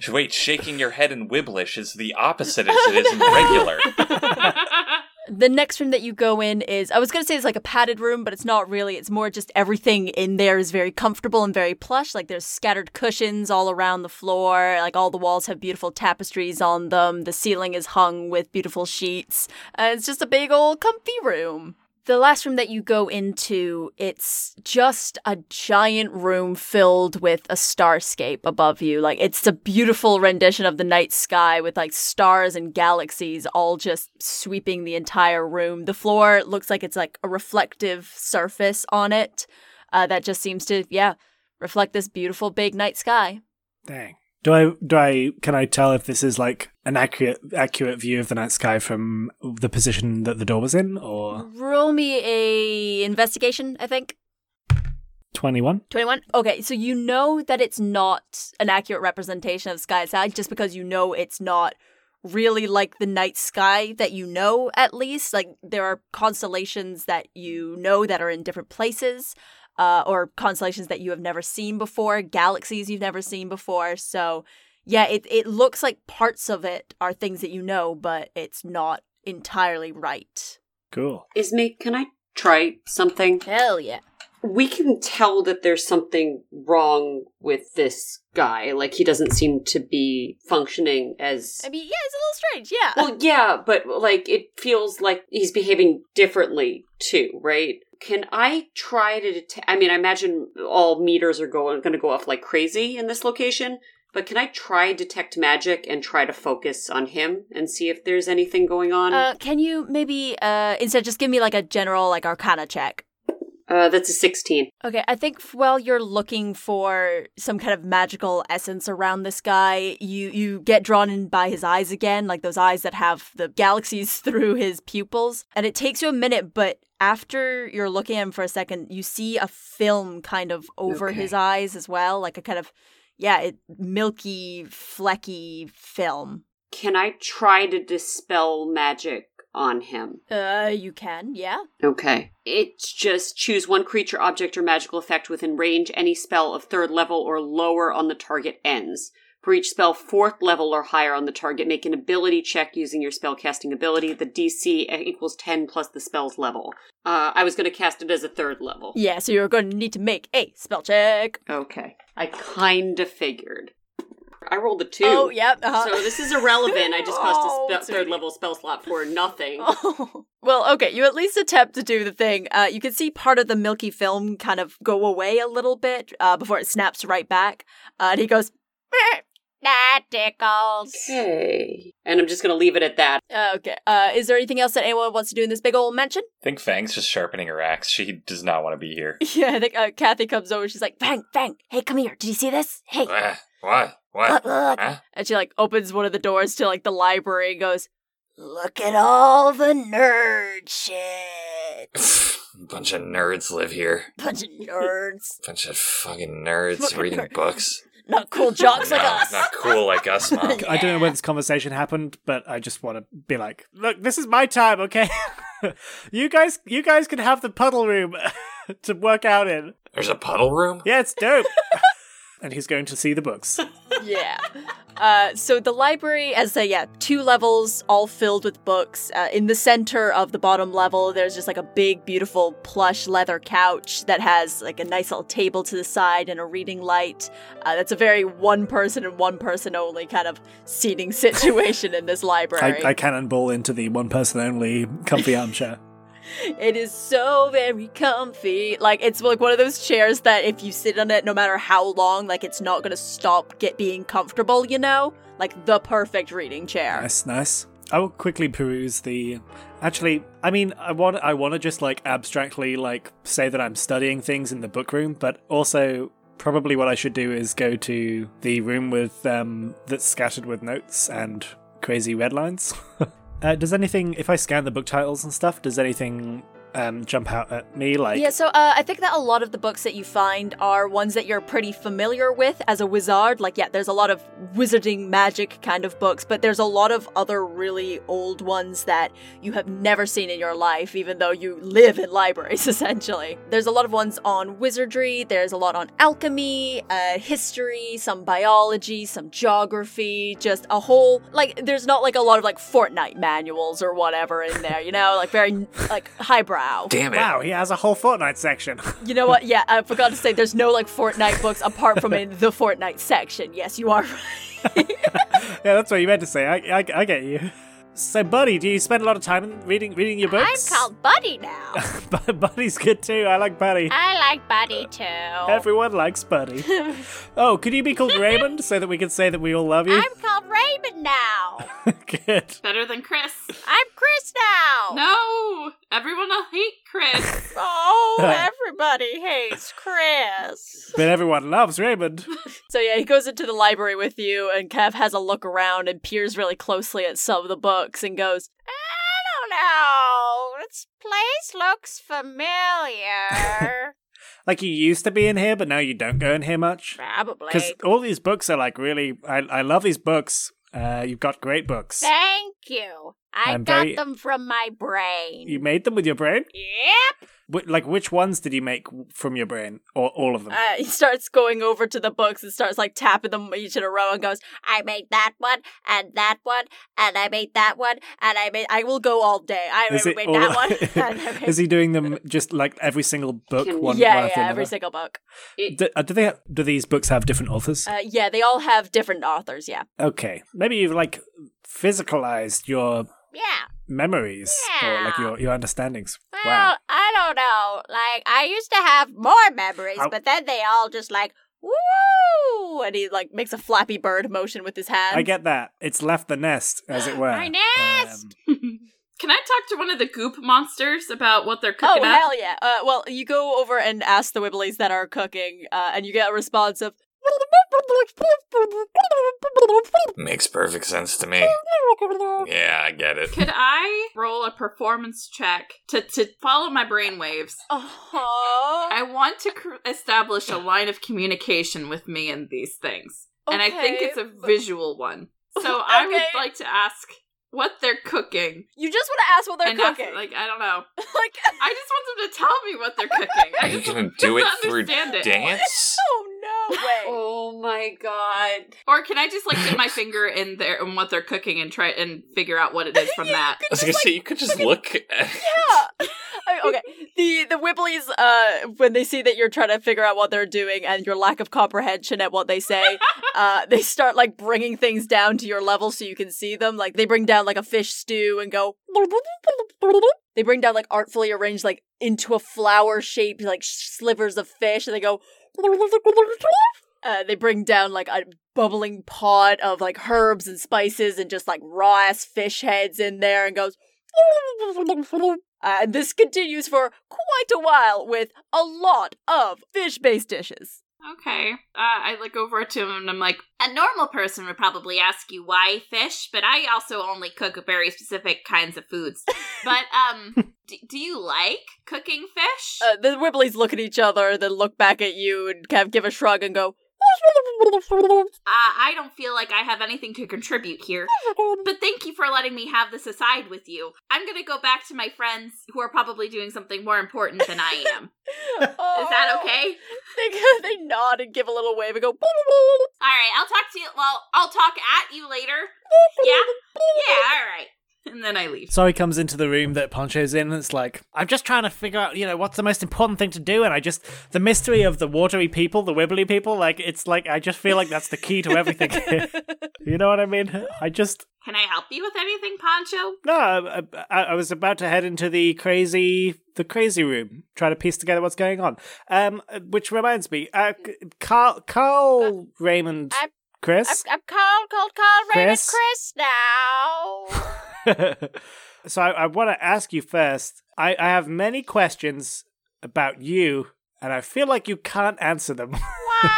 Wait, shaking your head in Wibblish is the opposite as it is in regular. The next room that you go in is, I was going to say it's like a padded room, but it's not really. It's more just everything in there is very comfortable and very plush. Like there's scattered cushions all around the floor. Like all the walls have beautiful tapestries on them. The ceiling is hung with beautiful sheets. Uh, it's just a big old comfy room. The last room that you go into, it's just a giant room filled with a starscape above you. Like it's a beautiful rendition of the night sky with like stars and galaxies all just sweeping the entire room. The floor looks like it's like a reflective surface on it uh, that just seems to, yeah, reflect this beautiful big night sky. Dang. Do I? Do I? Can I tell if this is like an accurate, accurate view of the night sky from the position that the door was in, or Roll me a investigation, I think. twenty-one? 21 okay so you know that it's not an accurate representation of sky side just because you know it's not really like the night sky that you know at least like there are constellations that you know that are in different places uh, or constellations that you have never seen before galaxies you've never seen before so yeah it, it looks like parts of it are things that you know but it's not entirely right Cool. Ismay, can I try something? hell yeah we can tell that there's something wrong with this guy. Like he doesn't seem to be functioning as I mean, yeah, it's a little strange. Yeah. Well, yeah, but like it feels like he's behaving differently too, right? Can I try to detect? I mean, I imagine all meters are going going to go off like crazy in this location. But can I try detect magic and try to focus on him and see if there's anything going on? Uh, Uh, can you maybe uh, instead just give me like a general like Arcana check? Uh, that's a sixteen. Okay, I think f- while you're looking for some kind of magical essence around this guy, you you get drawn in by his eyes again, like those eyes that have the galaxies through his pupils. And it takes you a minute, but after you're looking at him for a second, you see a film kind of over his eyes as well, like a kind of yeah, it, milky, flecky film. Can I try to dispel magic on him? Uh, you can, yeah. Okay. It's just choose one creature, object, or magical effect within range, any spell of third level or lower on the target ends. For each spell fourth level or higher on the target, make an ability check using your spell casting ability. The DC equals 10 plus the spell's level. Uh, I was going to cast it as a third level. Yeah, so you're going to need to make a spell check. Okay. I kind of figured. I rolled a two. Oh, yep. Uh-huh. So this is irrelevant. I just cost Oh, a spe- third level spell slot for nothing. Oh. Well, okay, you at least attempt to do the thing. Uh, you can see part of the milky film kind of go away a little bit uh, before it snaps right back. Uh, and he goes, That tickles. Okay. And I'm just going to leave it at that. uh, okay, uh, is there anything else that anyone wants to do in this big old mansion? I think Fang's just sharpening her axe. She does not want to be here. Yeah, I think uh, Kathy comes over. She's like, Fang, Fang, hey, come here. Did you see this? Hey, Ah, what? What? look, look. Huh? And she like opens one of the doors to like the library and goes, Look at all the nerd shit. Bunch of nerds live here. Bunch of nerds. Bunch of fucking nerds Fucking reading nerds. books. Not cool jocks no, like us. not cool like us, mom. I don't know when this conversation happened, but I just want to be like, look, this is my time, okay? you guys, you guys can have the puddle room to work out in. There's a puddle room. Yeah, it's dope. and he's going to see the books. yeah. Uh, so the library, as I say, yeah, two levels, all filled with books. Uh, in the center of the bottom level, there's just like a big, beautiful plush leather couch that has like a nice little table to the side and a reading light. Uh, that's a very one person and one person only kind of seating situation in this I, library. I cannonball into the one person only comfy armchair. It is so very comfy. Like it's like one of those chairs that if you sit on it no matter how long, like it's not gonna stop get being comfortable, you know? Like the perfect reading chair. Nice, nice. I will quickly peruse the. Actually, I mean, I want I want to just like abstractly like say that I'm studying things in the book room, but also probably what I should do is go to the room with um that's scattered with notes and crazy red lines. uh, does anything if I scan the book titles and stuff? Does anything um jump out at me like? yeah, so uh, I think that a lot of the books that you find are ones that you're pretty familiar with as a wizard. Like, yeah, there's a lot of wizarding magic kind of books, but there's a lot of other really old ones that you have never seen in your life, even though you live in libraries, essentially. There's a lot of ones on wizardry, there's a lot on alchemy, uh, history, some biology, some geography, just a whole, like, there's not like a lot of like Fortnite manuals or whatever in there, you know? Like, very, like, highbrow. Damn it! Wow, he has a whole Fortnite section. You know what? Yeah, I forgot to say there's no like Fortnite books apart from in the Fortnite section. Yes, you are right. yeah, that's what you meant to say. I, I, I get you. So, buddy, do you spend a lot of time reading reading your I'm books? called Buddy now. called. Buddy's good too. I like Buddy. I like Buddy too. Everyone likes Buddy. oh, could you be called Raymond so that we can say that we all love you? I'm called Raymond now. good. Better than Chris. I'm Chris now. No, everyone will hate Chris. Oh, everybody hates Chris. But everyone loves Raymond. so yeah, he goes into the library with you, and Kev has a look around and peers really closely at some of the books and goes, I don't know. This place looks familiar. Like you used to be in here, but now you don't go in here much. Because Probably. all these books are like really. I, I love these books. Uh, you've got great books. Thank you. I I'm got very- them from my brain. You made them with your brain? Yep. Wh- like, which ones did you make w- from your brain, or all of them? Uh, he starts going over to the books and starts like tapping them each in a row and goes, "I made that one and that one and I made that one and I made I will go all day. I made that one." and I made- is he doing them just like every single book, Can- one yeah, after yeah, another? every single book. do, uh, do they have, do these books have different authors? Uh, yeah, they all have different authors. Yeah, okay, maybe you've like physicalized your Yeah. memories or like Yeah. your your understandings. Well, wow. I don't know. Like, I used to have more memories, Ow. but then they all just like, woo! And he like makes a flappy bird motion with his hands. I get Um, that. It's left the nest, as it were. um, My nest! Can I talk to one of the goop monsters about what they're Oh cooking up? hell yeah! Uh, well, you go over and ask the Wibblies that are cooking, uh, and you get a response of. Makes perfect sense to me. Yeah, I get it. Could I roll a performance check to, to follow my brainwaves? Oh, I want to cr- establish a line of communication with me and these things. And I think Okay. it's a visual one. So I would Okay. like to ask what they're cooking. you just want to ask what they're and ask- cooking. like, I don't know. like I just want them to tell me what they're cooking. Are I you just gonna do it through understand it. dance? oh no way. Oh my god. Or can I just like dip my finger in there and what they're cooking and try and figure out what it is from that? I was gonna say you could just look. At... Yeah. I- okay. The the Wibblies, uh, when they see that you're trying to figure out what they're doing and your lack of comprehension at what they say, uh, they start like bringing things down to your level so you can see them. Like they bring down like a fish stew and go. They bring down like artfully arranged like into a flower shaped like slivers of fish and they go. Uh, they bring down like a bubbling pot of like herbs and spices and just like raw ass fish heads in there and goes. And Uh, this continues for quite a while with a lot of fish based dishes. Okay. Uh, I look over to him and I'm like, a normal person would probably ask you why fish, but I also only cook very specific kinds of foods. but um, d- do you like cooking fish? Uh, the Wibblies look at each other, then look back at you and kind of give a shrug and go, Uh, I don't feel like I have anything to contribute here, but thank you for letting me have this aside with you. I'm gonna go back to my friends who are probably doing something more important than I am. Is Oh. that okay? They, they nod and give a little wave and go, All right, I'll talk to you. Well, I'll talk at you later. Yeah, yeah, all right. And then I leave. Sorry comes into the room that Poncho's in and it's like, I'm just trying to figure out, you know, what's the most important thing to do. And I just, the mystery of the watery people, the wibbly people, like, it's like, I just feel like that's the key to everything. you know what I mean? I just, Can I help you with anything, Poncho? no, I, I, I was about to head into the crazy, the crazy room, try to piece together what's going on. Um, which reminds me, uh, C- Carl, Carl Uh, Raymond, I- I'm, Chris? I'm cold, cold, cold, Raymond Chris? Chris now. so I, I want to ask you first. I, I have many questions about you, and I feel like you can't answer them. Why?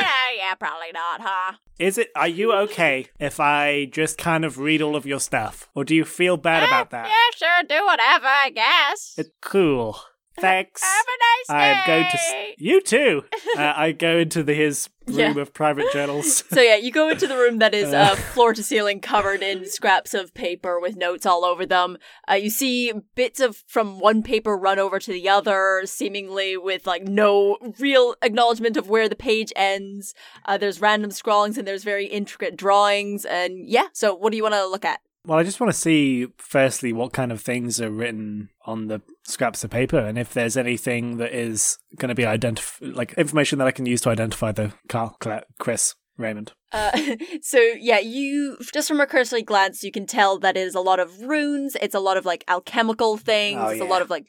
Uh, yeah, probably not, huh? Is it? Are you okay if I just kind of read all of your stuff, or do you feel bad about Yeah, that? sure, do whatever, I guess. It's cool. Thanks. Have a I nice day. am going to. s- You too. Uh, I go into the, his room of private journals. So yeah, you go into the room that is uh, floor to ceiling covered in scraps of paper with notes all over them. Uh, you see bits of from one paper run over to the other, seemingly with like no real acknowledgement of where the page ends. Uh, there's random scrawlings and there's very intricate drawings. And yeah, so what do you want to look at? Well, I just want to see, firstly, what kind of things are written on the scraps of paper, and if there's anything that is going to be identif- like information that I can use to identify the Carl, Cla- Chris, Raymond. Uh, so yeah, you just from a cursory glance, you can tell that it is a lot of runes. It's a lot of like alchemical things. Oh, it's a yeah. lot of like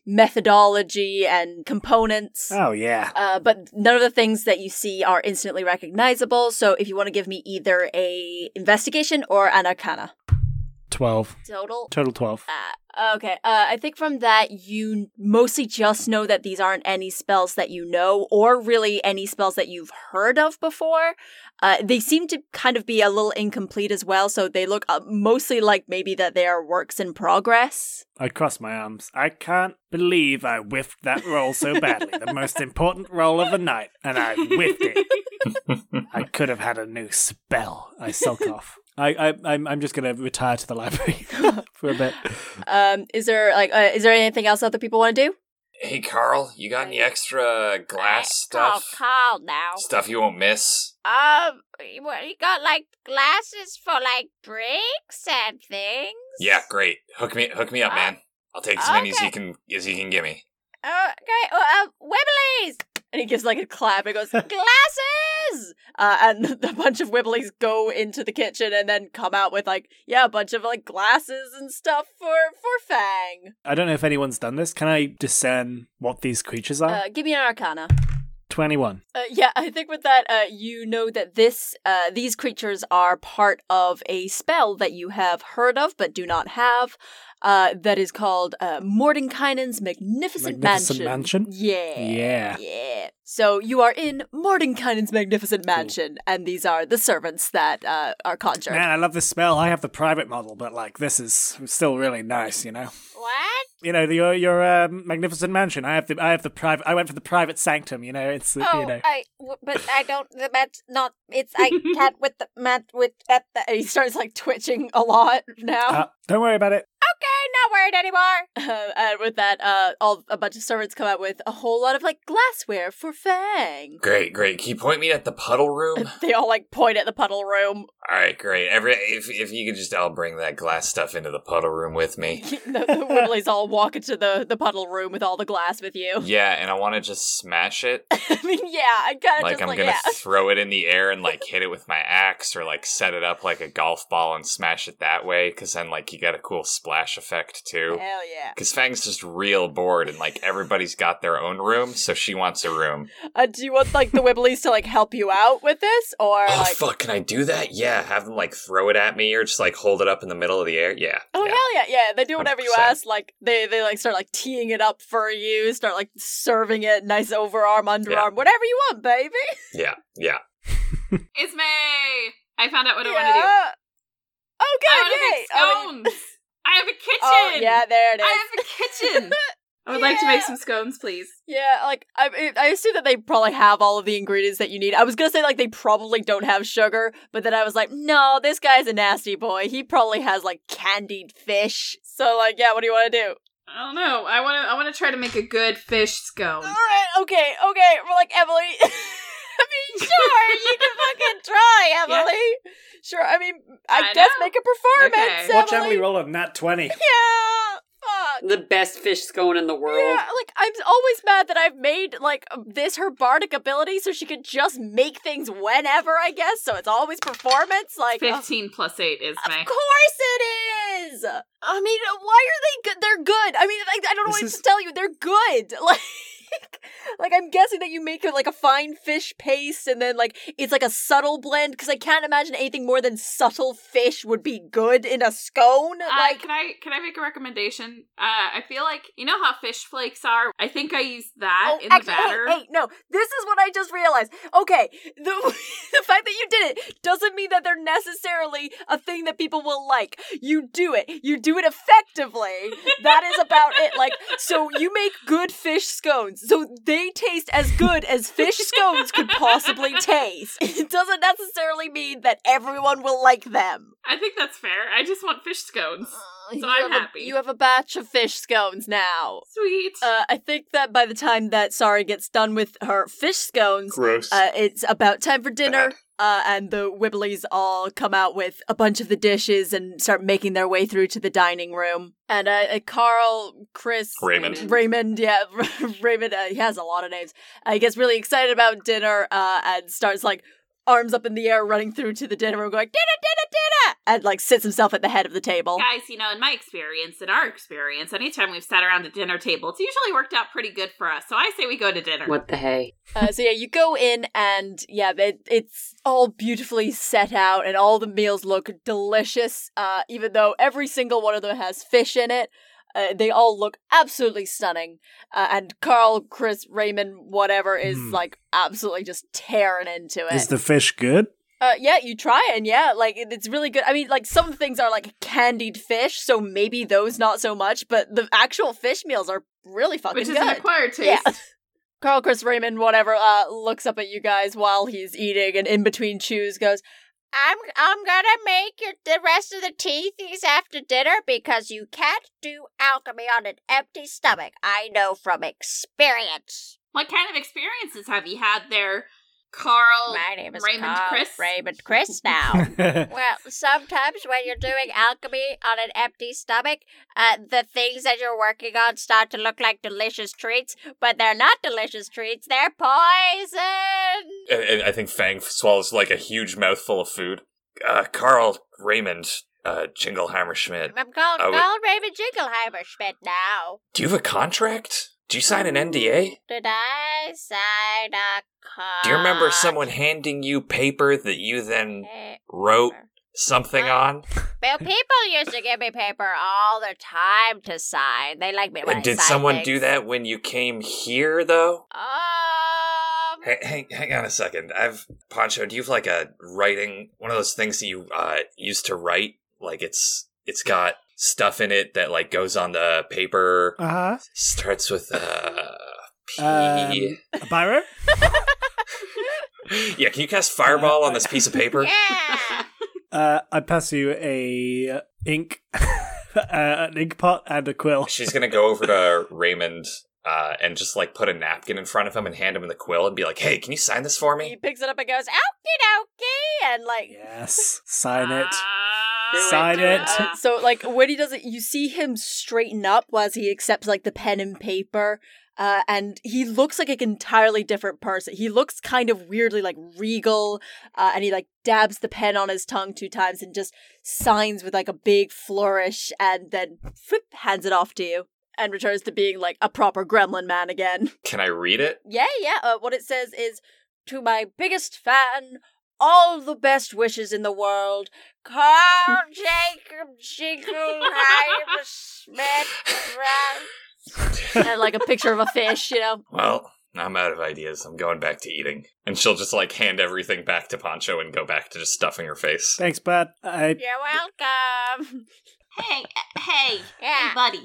methodology and components. Oh yeah, Uh, but none of the things that you see are instantly recognizable. So if you want to give me either a investigation or an arcana twelve total. total, twelve. Uh, okay, uh, I think from that you mostly just know that these aren't any spells that you know, or really any spells that you've heard of before. Uh, they seem to kind of be a little incomplete as well, so they look uh, mostly like maybe that they are works in progress. I cross my arms. I can't believe I whiffed that roll so badly. the most important roll of the night, and I whiffed it. I could have had a new spell. I sulk off. I, I I'm I'm just gonna retire to the library for a bit. Um, is there like uh, is there anything else other people want to do? Hey, Carl, you got any extra glass Oh, Carl, stuff? Carl now. Stuff you won't miss? Um, what, you got like glasses for like drinks and things? Yeah, great. Hook me, hook me up, Uh, man. I'll take as many as okay. you can as you can give me. Oh, okay. Well, um, Wibblies! And he gives like a clap and goes, glasses! Uh, and a bunch of Wibblies go into the kitchen and then come out with like, yeah, a bunch of like glasses and stuff for, for Fang. I don't know if anyone's done this. Can I discern what these creatures are? Uh, give me an arcana. 21. Uh, yeah, I think with that, uh, you know that this uh, these creatures are part of a spell that you have heard of but do not have. Uh, that is called uh, Mordenkainen's Magnificent, Magnificent Mansion. Mansion? Yeah. Yeah. Yeah. So you are in Mordenkainen's Magnificent Mansion, and these are the servants that uh, are conjured. Man, I love this spell. I have the private model, but like this is still really nice, you know. What? You know, the, your your um, magnificent mansion. I have the I have the private. I went for the private sanctum. You know, it's the, Oh, you know. I. w- But I don't. The mat's not. It's I cat with the mat with at the. he starts like twitching a lot now. Uh, don't worry about it. Okay, not worried anymore. Uh, and with that, uh, all a bunch of servants come out with a whole lot of like glassware for Fang. Great, great. Can you point me at the puddle room? They all like point at the puddle room. All right, great. Every if if you could just all bring that glass stuff into the puddle room with me. the, the Wibblies all walk into the, the puddle room with all the glass with you. Yeah, and I want to just smash it. I mean, yeah, I kind of Like just I'm like gonna yeah. throw it in the air and like hit it with my axe, or like set it up like a golf ball and smash it that way. Because then like you got a cool splash effect too. Hell yeah! Because Fang's just real bored, and like everybody's got their own room, so she wants a room. Uh, do you want like the Wibblies to like help you out with this, or Oh like? fuck! Can I do that? Yeah, have them like throw it at me, or just like hold it up in the middle of the air. Yeah. Oh yeah. hell yeah! Yeah, they do whatever you 100%. ask. Like they they like start like teeing it up for you, start like serving it, nice overarm, underarm, Yeah. whatever you want, baby. yeah, yeah. It's May. I found out what I want to do. yeah. Oh I god, want to yay! make Oh, scones. I have a kitchen. Oh, yeah, there it is. I have a kitchen. I would like to make some scones, please. Yeah, like I, I I assume that they probably have all of the ingredients that you need. I was gonna say like they probably don't have sugar, but then I was like, no, this guy's a nasty boy. He probably has like candied fish. So like, yeah, what do you want to do? I don't know. I want to. I want to try to make a good fish All scone. right, okay, okay. We're like Emily. I mean, sure, you can fucking try, Emily. Sure, I mean, I, I guess know. make a performance. Okay. Watch Emily. Emily roll a nat twenty. Yeah, fuck. The best fish scone in the Oh. world. Yeah, like I'm always mad that I've made like this her bardic ability, so she can just make things whenever I guess. So it's always performance. Like, uh, Fifteen plus eight is May. of course it is. I mean, why are they good? They're good. I mean, like, I don't know This what is- to tell you. They're good. Like. Like I'm guessing that you make it like a fine fish paste, and then like it's like a subtle blend because I can't imagine anything more than subtle fish would be good in a scone. Uh, Like can I can I make a recommendation? Uh, I feel like you know how fish flakes are. I think I used that in the batter. Oh, Hey, hey, no, this is what I just realized. Okay, the, the fact that you did it doesn't mean that they're necessarily a thing that people will like. You do it, you do it effectively. that is about it. Like, so you make good fish scones. So they taste as good as fish scones could possibly taste. It doesn't necessarily mean that everyone will like them. I think that's fair. I just want fish scones. Uh, You have I'm a- happy. you have a batch of fish scones now. Sweet. Uh, I think that by the time that Sari gets done with her fish scones, Gross. uh, it's about time for dinner. Uh, and the Wibblies all come out with a bunch of the dishes and start making their way through to the dining room. And uh, uh, Carl, Chris, Raymond. Raymond, yeah, Raymond. Uh, he has a lot of names. Uh, he gets really excited about dinner uh, and starts like arms up in the air, running through to the dinner room, going dinner, dinner, dinner, and like sits himself at the head of the table. Guys, you know, in my experience, in our experience, anytime we've sat around a dinner table, it's usually worked out pretty good for us. So I say we go to dinner. What the hey? Uh, so yeah, you go in and yeah, it, it's all beautifully set out, and all the meals look delicious. Uh, even though every single one of them has fish in it, uh, they all look absolutely stunning. Uh, and Carl, Chris, Raymond, whatever is Mm. like absolutely just tearing into it. Is the fish good? Uh, yeah, you try it, and yeah, like it- it's really good. I mean, like some of the things are like candied fish, so maybe those not so much, but the actual fish meals are really fucking Which is an good. acquired taste. Yeah. Carl Chris Raymond, whatever, uh, looks up at you guys while he's eating and in between chews goes, I'm I'm gonna make your, the rest of the teethies after dinner because you can't do alchemy on an empty stomach. I know from experience. What kind of experiences have you had there, Carl? My name is Raymond Carl Chris? Raymond Chris. Now, Uh-huh. well, sometimes when you're doing alchemy on an empty stomach, uh, the things that you're working on start to look like delicious treats, but they're not delicious treats. They're poison. And, and I think Fang swallows like a huge mouthful of food. Uh, Carl Raymond, uh, Jinglehammer Schmidt, I'm called I would- Carl Raymond Jingleheimer Schmidt now. do you have a contract? Do you sign Mm, an NDA? Did I sign a card? Do you uh, remember someone handing you paper that you then Eh, wrote paper. something on? Well, people used to give me paper all the time to sign. They like me when I And did sign someone things. do that when you came here, though? Um, Hang, hang, hang on a second. I've Poncho. Do you have like a writing one of those things that you uh, used to write? Like it's it's got stuff in it that like goes on the paper. Uh Starts with uh, P. huh. Um, a biro? yeah, can you cast fireball on this piece of paper? yeah. Uh, I pass you a uh, ink, uh, an ink pot, and a quill. She's gonna go over to Raymond uh, and just like put a napkin in front of him and hand him the quill and be like, "Hey, can you sign this for he me?" picks it up and goes, okie dokie, and like. Yes, sign it. Uh, Ah, Do it, Sign do it. uh, So like when he does it, you see him straighten up as he accepts like the pen and paper. Uh, and he looks like an entirely different person. He looks kind of weirdly like regal, uh, and he like dabs the pen on his tongue two times and just signs with like a big flourish, and then flip hands it off to you and returns to being like a proper gremlin man again. Can I read it? Yeah, yeah. Uh, what it says is to my biggest fan, all the best wishes in the world. Carl Jacob Jingleheimer Schmidt. Brown." and like a picture of a fish, you know. Well, I'm out of ideas. I'm going back to eating. And she'll just like hand everything back to Poncho and go back to just stuffing her face. Thanks, bud. I You're welcome. Hey, uh, hey, Yeah. hey, buddy.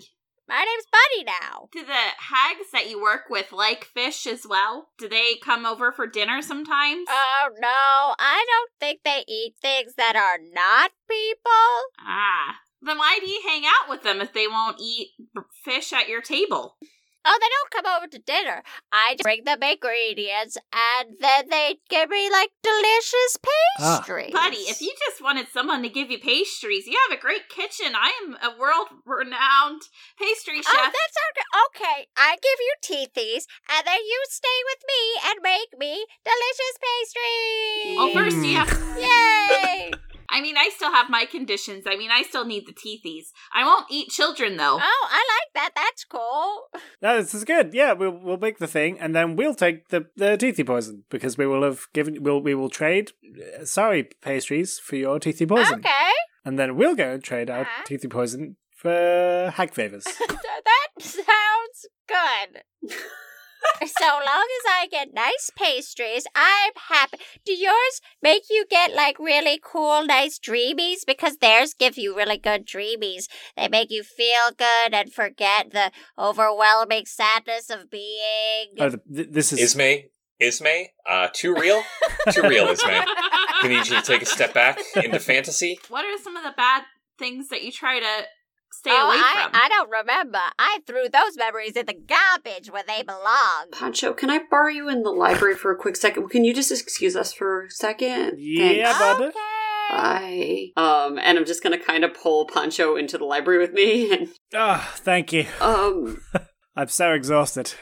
My name's Buddy now. Do the hags that you work with like fish as well? Do they come over for dinner sometimes? Oh no, I don't think they eat things that are not people. ah. Then why do you hang out with them if they won't eat b- fish at your table? Oh, they don't come over to dinner. I just bring them ingredients and then they give me like delicious Ah. pastries. Buddy, if you just wanted someone to give you pastries, you have a great kitchen. I am a world renowned pastry chef. Oh, that's okay. Okay, I give you teethies and then you stay with me and make me delicious pastries. well, first you Mm. have Yay! I mean, I still have my conditions. I mean, I still need the teethies. I won't eat children though. oh, I like that. That's cool. no, this is good. Yeah, we'll we'll make the thing, and then we'll take the the teethy poison because we will have given. We'll we will trade. uh, Sorry, pastries for your teethy poison, Okay. and then we'll go and trade our Uh-huh. teethy poison for hag favors. that sounds good. so long as I get nice pastries, I'm happy. Do yours make you get like really cool, nice dreamies? Because theirs give you really good dreamies. They make you feel good and forget the overwhelming sadness of being. oh, the, th- this is Ismay, Ismay, uh, too real, too real, Ismay. We need you to take a step back into fantasy. What are some of the bad things that you try to stay oh, away I, from? I don't remember. I threw those memories in the garbage where they belong. Pancho, can I borrow you in the library for a quick second? Can you just excuse us for a second? Yeah, Thanks. bud. Okay. Bye. Um, and I'm just gonna kind of pull Pancho into the library with me. And Ah, thank you. um, I'm so exhausted.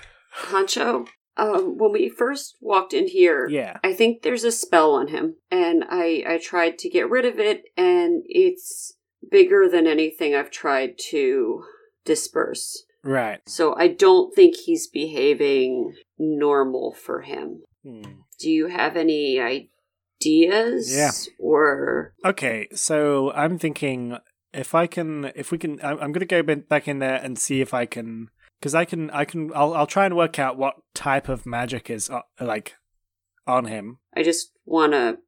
Pancho, um, when we first walked in here, Yeah. I think there's a spell on him, and I I tried to get rid of it, and it's bigger than anything I've tried to disperse. Right. So I don't think he's behaving normal for him. Hmm. Do you have any ideas? Yeah. Or Okay, so I'm thinking if I can, if we can, I'm, I'm going to go bin- back in there and see if I can, because I can, I can, I'll, I'll try and work out what type of magic is uh, like on him. I just want to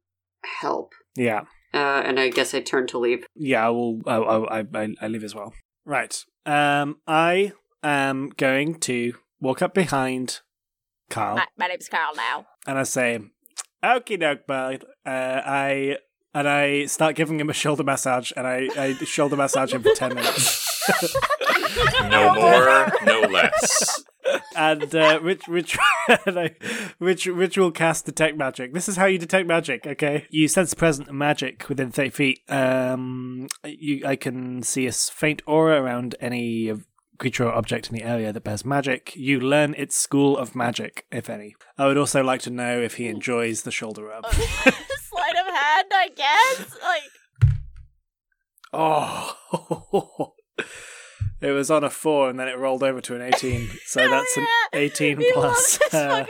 help. Yeah, Uh, and I guess I turn to leave. yeah, I will. I, I, I, I- I leave as well. Right. Um, I am going to walk up behind Carl My, my name's Carl now. and I say, "Okie doke, bud. Uh, I and I start giving him a shoulder massage, and I, I shoulder massage him for 10 minutes. No more, no less. and uh, rit- rit- and I- rit- ritual cast detect magic. This is how you detect magic. Okay, you sense the presence of magic within thirty feet. Um, you, I can see a s- faint aura around any of creature or object in the area that bears magic. You learn its school of magic, if any. I would also like to know if he enjoys the shoulder rub. Sleight of hand, I guess. Like oh. It was on a four and then it rolled over to an 18. So that's an 18 plus. uh,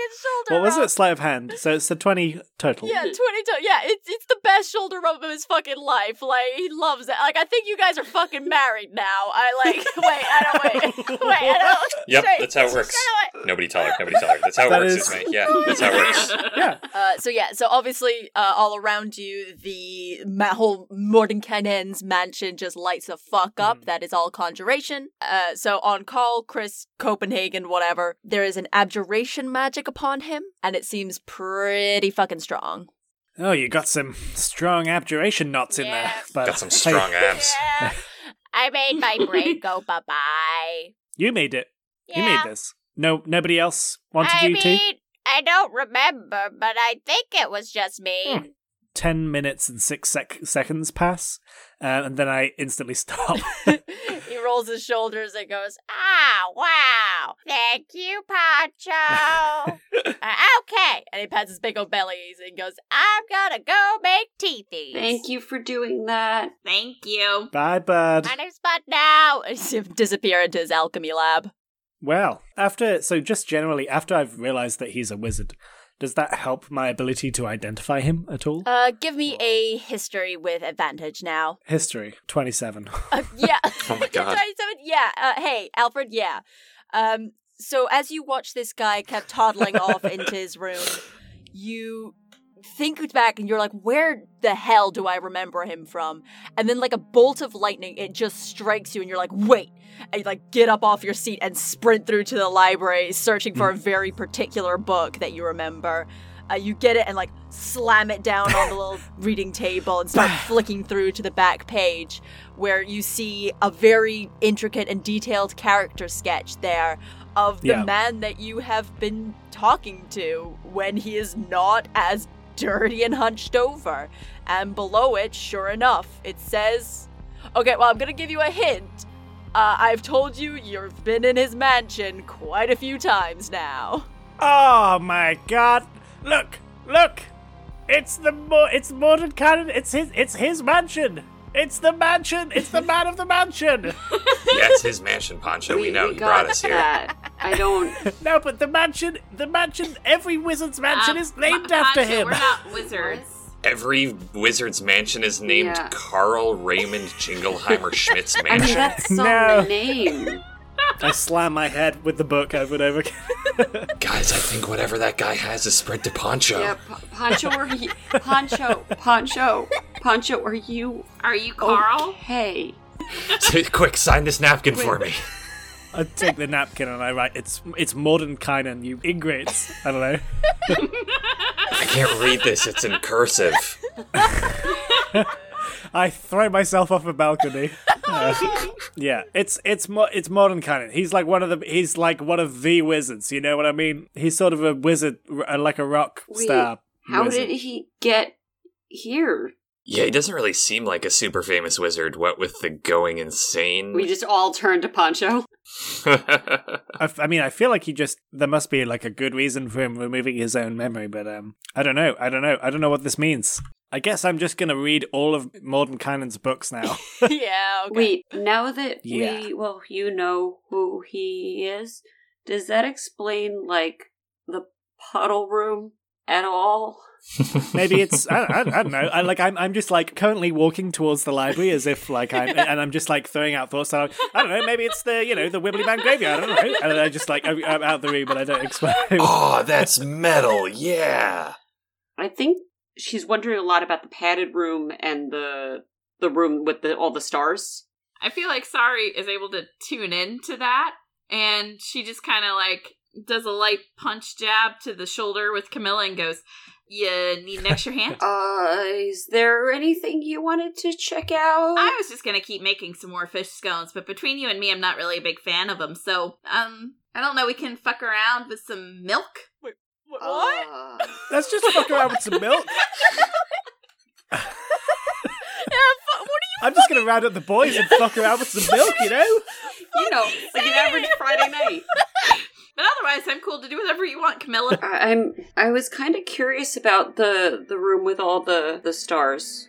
What was it? Sleight of hand. So it's a 20 total. Yeah, 20 to- Yeah, it's it's the best shoulder rub of his fucking life. Like he loves it. Like I think you guys are fucking married now. I like wait, I don't wait. Wait, I don't. Yep, Straight. that's how it works. Straight Nobody tell her. Nobody tell her. That's how it That works, is- is... mate. Yeah, that's how it works. Yeah. Uh, so yeah, so obviously uh, all around you, the ma- whole Mordenkainen's mansion just lights the fuck up. That is all conjuration. Uh, so on call, Chris Copenhagen, whatever, there is an abjuration magic upon him, and it seems pretty fucking strong. Oh, you got some strong abjuration knots in there. Yeah. But Got some strong Hey, abs. Yeah. I made my brain go bye bye. you made it. Yeah. You made this. No, nobody else wanted I you mean, to. I don't remember, but I think it was just me. Hmm. Ten minutes and six sec- seconds pass, uh, and then I instantly stop. he rolls his shoulders and goes, Ah, wow. Thank you, Uh, Pancho. "Ah, okay, and he pats his big old bellies and goes, I'm gonna go make teethies. Thank you for doing that. Thank you. Bye, bud. My name's Bud now. disappear into his alchemy lab. Well, after so just generally after I've realized that he's a wizard, does that help my ability to identify him at all? Uh, give me a history with advantage now. History twenty-seven. Uh, yeah. Oh my God. 27? Yeah. Uh, hey, Alfred, yeah. Um, so as you watch this guy kept toddling off into his room, you think back and you're like, where the hell do I remember him from? And then like a bolt of lightning, it just strikes you and you're like, wait. And you like get up off your seat and sprint through to the library searching for a very particular book that you remember. Uh, you get it and like slam it down on the little reading table and start flicking through to the back page where you see a very intricate and detailed character sketch there of the Yeah. man that you have been talking to when he is not as dirty and hunched over. And below it, sure enough, it says, Okay, well, I'm gonna give you a hint. Uh, I've told you you've been in his mansion quite a few times now. Oh my god! Look, look! It's the Mo- it's Morden Cannon. It's his it's his mansion. It's the mansion. It's the man of the mansion. Yeah, it's his mansion, Pancho. We, know. we He got brought us here. that. I don't. No, but the mansion, the mansion, every wizard's mansion Um, is named Ma- after Pancho, him. We're not wizards. Every wizard's mansion is named Yeah. Carl Raymond Jingleheimer Schmidt's I mean, mansion. that's not No. the name. I slam my head with the book over and over. again. Guys, I think whatever that guy has is spread to Pancho. Yeah, P- Pancho, are you? Pancho, Pancho, Pancho, are you? Are you Carl? Hey. Quick, sign this napkin for me. I take the napkin and I write, "It's it's Mordenkainen, you ingrates." I don't know. I can't read this. It's in cursive. I throw myself off a balcony. Uh, yeah, it's it's mo- it's modern canon. He's like one of the he's like one of the wizards. You know what I mean? He's sort of a wizard, r- uh, like a rock Wait, star. How wizard. did he get here? Yeah, he doesn't really seem like a super famous wizard. What with the going insane. We just all turned to Pancho. I, f- I mean, I feel like he just there must be like a good reason for him removing his own memory, but um, I don't know. I don't know. I don't know what this means. I guess I'm just gonna read all of Mordenkainen's books now. yeah, okay. Wait, now that Yeah. we well, you know who he is. Does that explain like the puddle room at all? Maybe it's I, I, I don't know. I, like I'm I'm just like currently walking towards the library as if like I'm and I'm just like throwing out thoughts. Like, I don't know. Maybe it's the you know the Wibbly Man graveyard. I don't know. And then I just like I'm, I'm out the room and I don't explain. oh, that's metal. Yeah. I think she's wondering a lot about the padded room and the the room with the all the stars. I feel like Sari is able to tune in to that, and she just kind of like does a light punch jab to the shoulder with Camilla and goes, You need an extra hand? Uh, is there anything you wanted to check out? I was just gonna keep making some more fish scones, but between you and me, I'm not really a big fan of them. So, um, I don't know. We can fuck around with some milk. What? Uh, Let's just fuck around with some milk. yeah, fu- what are I'm just gonna round up the boys and fuck around with some milk, you know? you know, like an average Friday night. But otherwise, I'm cool to do whatever you want, Camilla. I- I'm. I was kind of curious about the the room with all the the stars.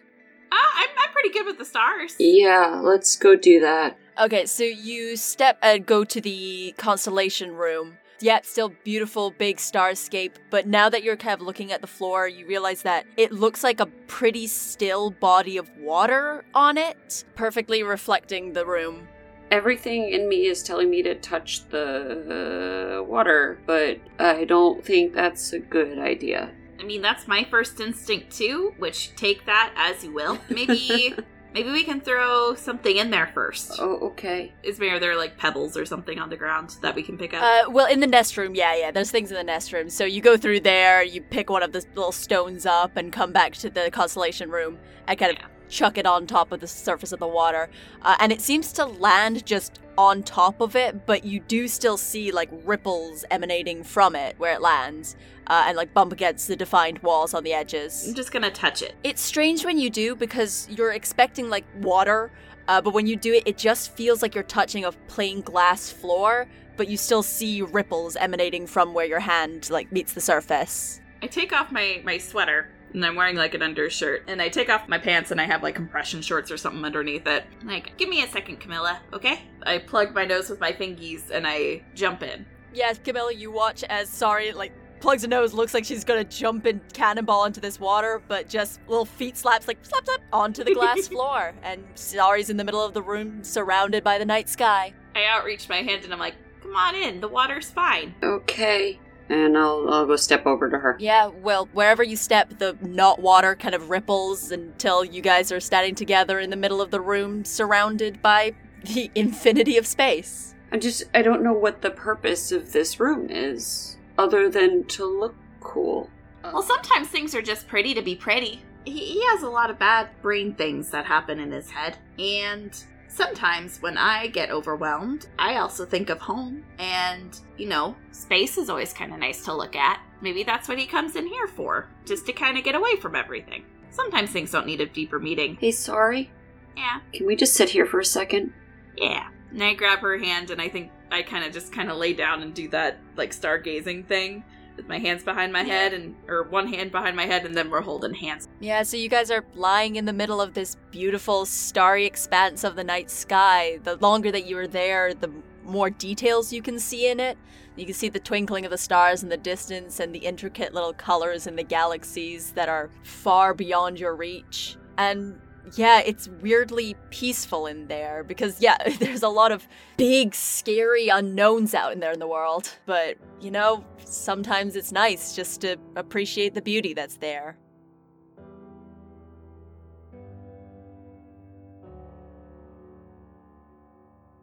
Ah, I'm, I'm pretty good with the stars. Yeah, let's go do that. you? Okay, so you step and go to the constellation room. Yep, still beautiful, big starscape. But now that you're kind of looking at the floor, you realize that it looks like a pretty still body of water on it, perfectly reflecting the room. Everything in me is telling me to touch the uh, water, but I don't think that's a good idea. I mean, that's my first instinct too. Which take that as you will. Maybe, maybe we can throw something in there first. Oh, okay. Is there there like pebbles or something on the ground that we can pick up? Uh, well, in the nest room, yeah, yeah. There's things in the nest room. So you go through there, you pick one of the little stones up, and come back to the constellation room and kind of Yeah. chuck it on top of the surface of the water. Uh, and it seems to land just on top of it, but you do still see like ripples emanating from it where it lands, uh, and like bump against the defined walls on the edges. I'm just gonna touch it. It's strange when you do because you're expecting like water, uh, but when you do it, it just feels like you're touching a plain glass floor, but you still see ripples emanating from where your hand like meets the surface. I take off my my sweater and I'm wearing like an undershirt and I take off my pants and I have like compression shorts or something underneath it. Like, give me a second, Camilla, okay? I plug my nose with my fingies and I jump in. Yes, Camilla, you watch as sorry like plugs her nose, looks like she's gonna jump and cannonball into this water, but just little feet slaps like slap slap onto the glass floor, and Sari's in the middle of the room, surrounded by the night sky. I outreach my hand and I'm like, come on in, the water's fine. Okay. And I'll I'll go step over to her. Yeah, well, wherever you step, the not water kind of ripples until you guys are standing together in the middle of the room, surrounded by the infinity of space. I just I don't know what the purpose of this room is other than to look cool. Uh, Well, sometimes things are just pretty to be pretty. He, he has a lot of bad brain things that happen in his head. And sometimes when I get overwhelmed, I also think of home. And, you know, space is always kind of nice to look at. Maybe that's what he comes in here for, just to kind of get away from everything. Sometimes things don't need a deeper meeting. Hey, sorry. Yeah. Can we just sit here for a second? Yeah. And I grab her hand and I think I kind of just kind of lay down and do that like stargazing thing with my hands behind my head and or one hand behind my head and then we're holding hands. Yeah, so you guys are lying in the middle of this beautiful starry expanse of the night sky. The longer that you are there, the more details you can see in it. You can see the twinkling of the stars in the distance and the intricate little colors in the galaxies that are far beyond your reach. And yeah, it's weirdly peaceful in there because, yeah, there's a lot of big, scary unknowns out in there in the world. But, you know, sometimes it's nice just to appreciate the beauty that's there.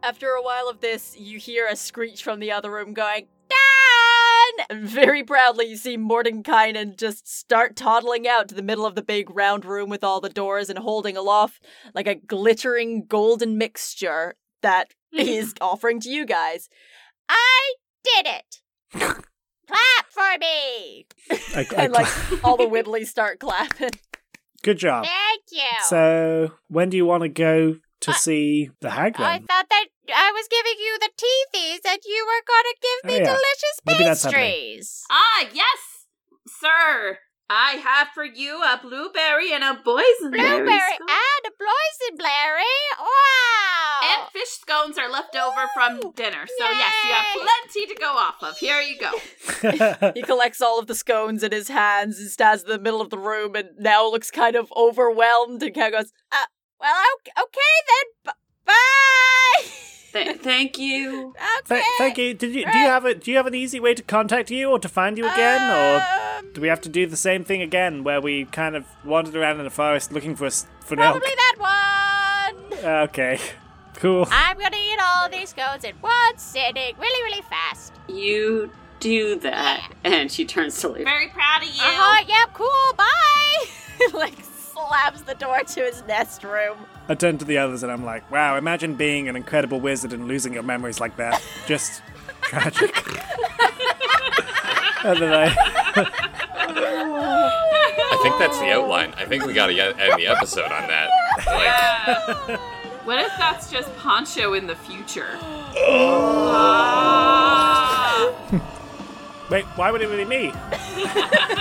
After a while of this, you hear a screech from the other room going, Dan! And very proudly, you see Mordenkainen just start toddling out to the middle of the big round room with all the doors and holding aloft like a glittering golden mixture that is offering to you guys. I did it. Clap for me. I, I- And like all the Widleys start clapping. good job. Thank you. Oh. So, when do you want to go to see the hag I then? thought that I was giving you the teethies and you were going to give me Oh, yeah. delicious Maybe that's happening. pastries. Ah, yes, sir. I have for you a blueberry and a boysenberry. Blueberry scone. and a boysenberry. Wow. And fish scones are left over from dinner. So yes, you Yay. have plenty to go off of. Here you go. He collects all of the scones in his hands and stands in the middle of the room and now looks kind of overwhelmed and kind of goes, "Uh, well, okay, okay then. B- bye. Th- thank you. okay. Th- thank you. Did you do you have a do you have an easy way to contact you or to find you again or do we have to do the same thing again where we kind of wandered around in the forest looking for us for an elk? Probably that one. Okay, cool. I'm gonna eat all these scones in one sitting, really, really fast. You do that. And she turns to leave. Very proud of you. Oh, Uh-huh, yep, cool, bye! like, slams the door to his nest room. I turn to the others and I'm like, wow, imagine being an incredible wizard and losing your memories like that. Just tragic. and then I, I think that's the outline. I think we gotta get- end the episode on that. Like, Yeah. what if that's just Poncho in the future? wait, why would it be me?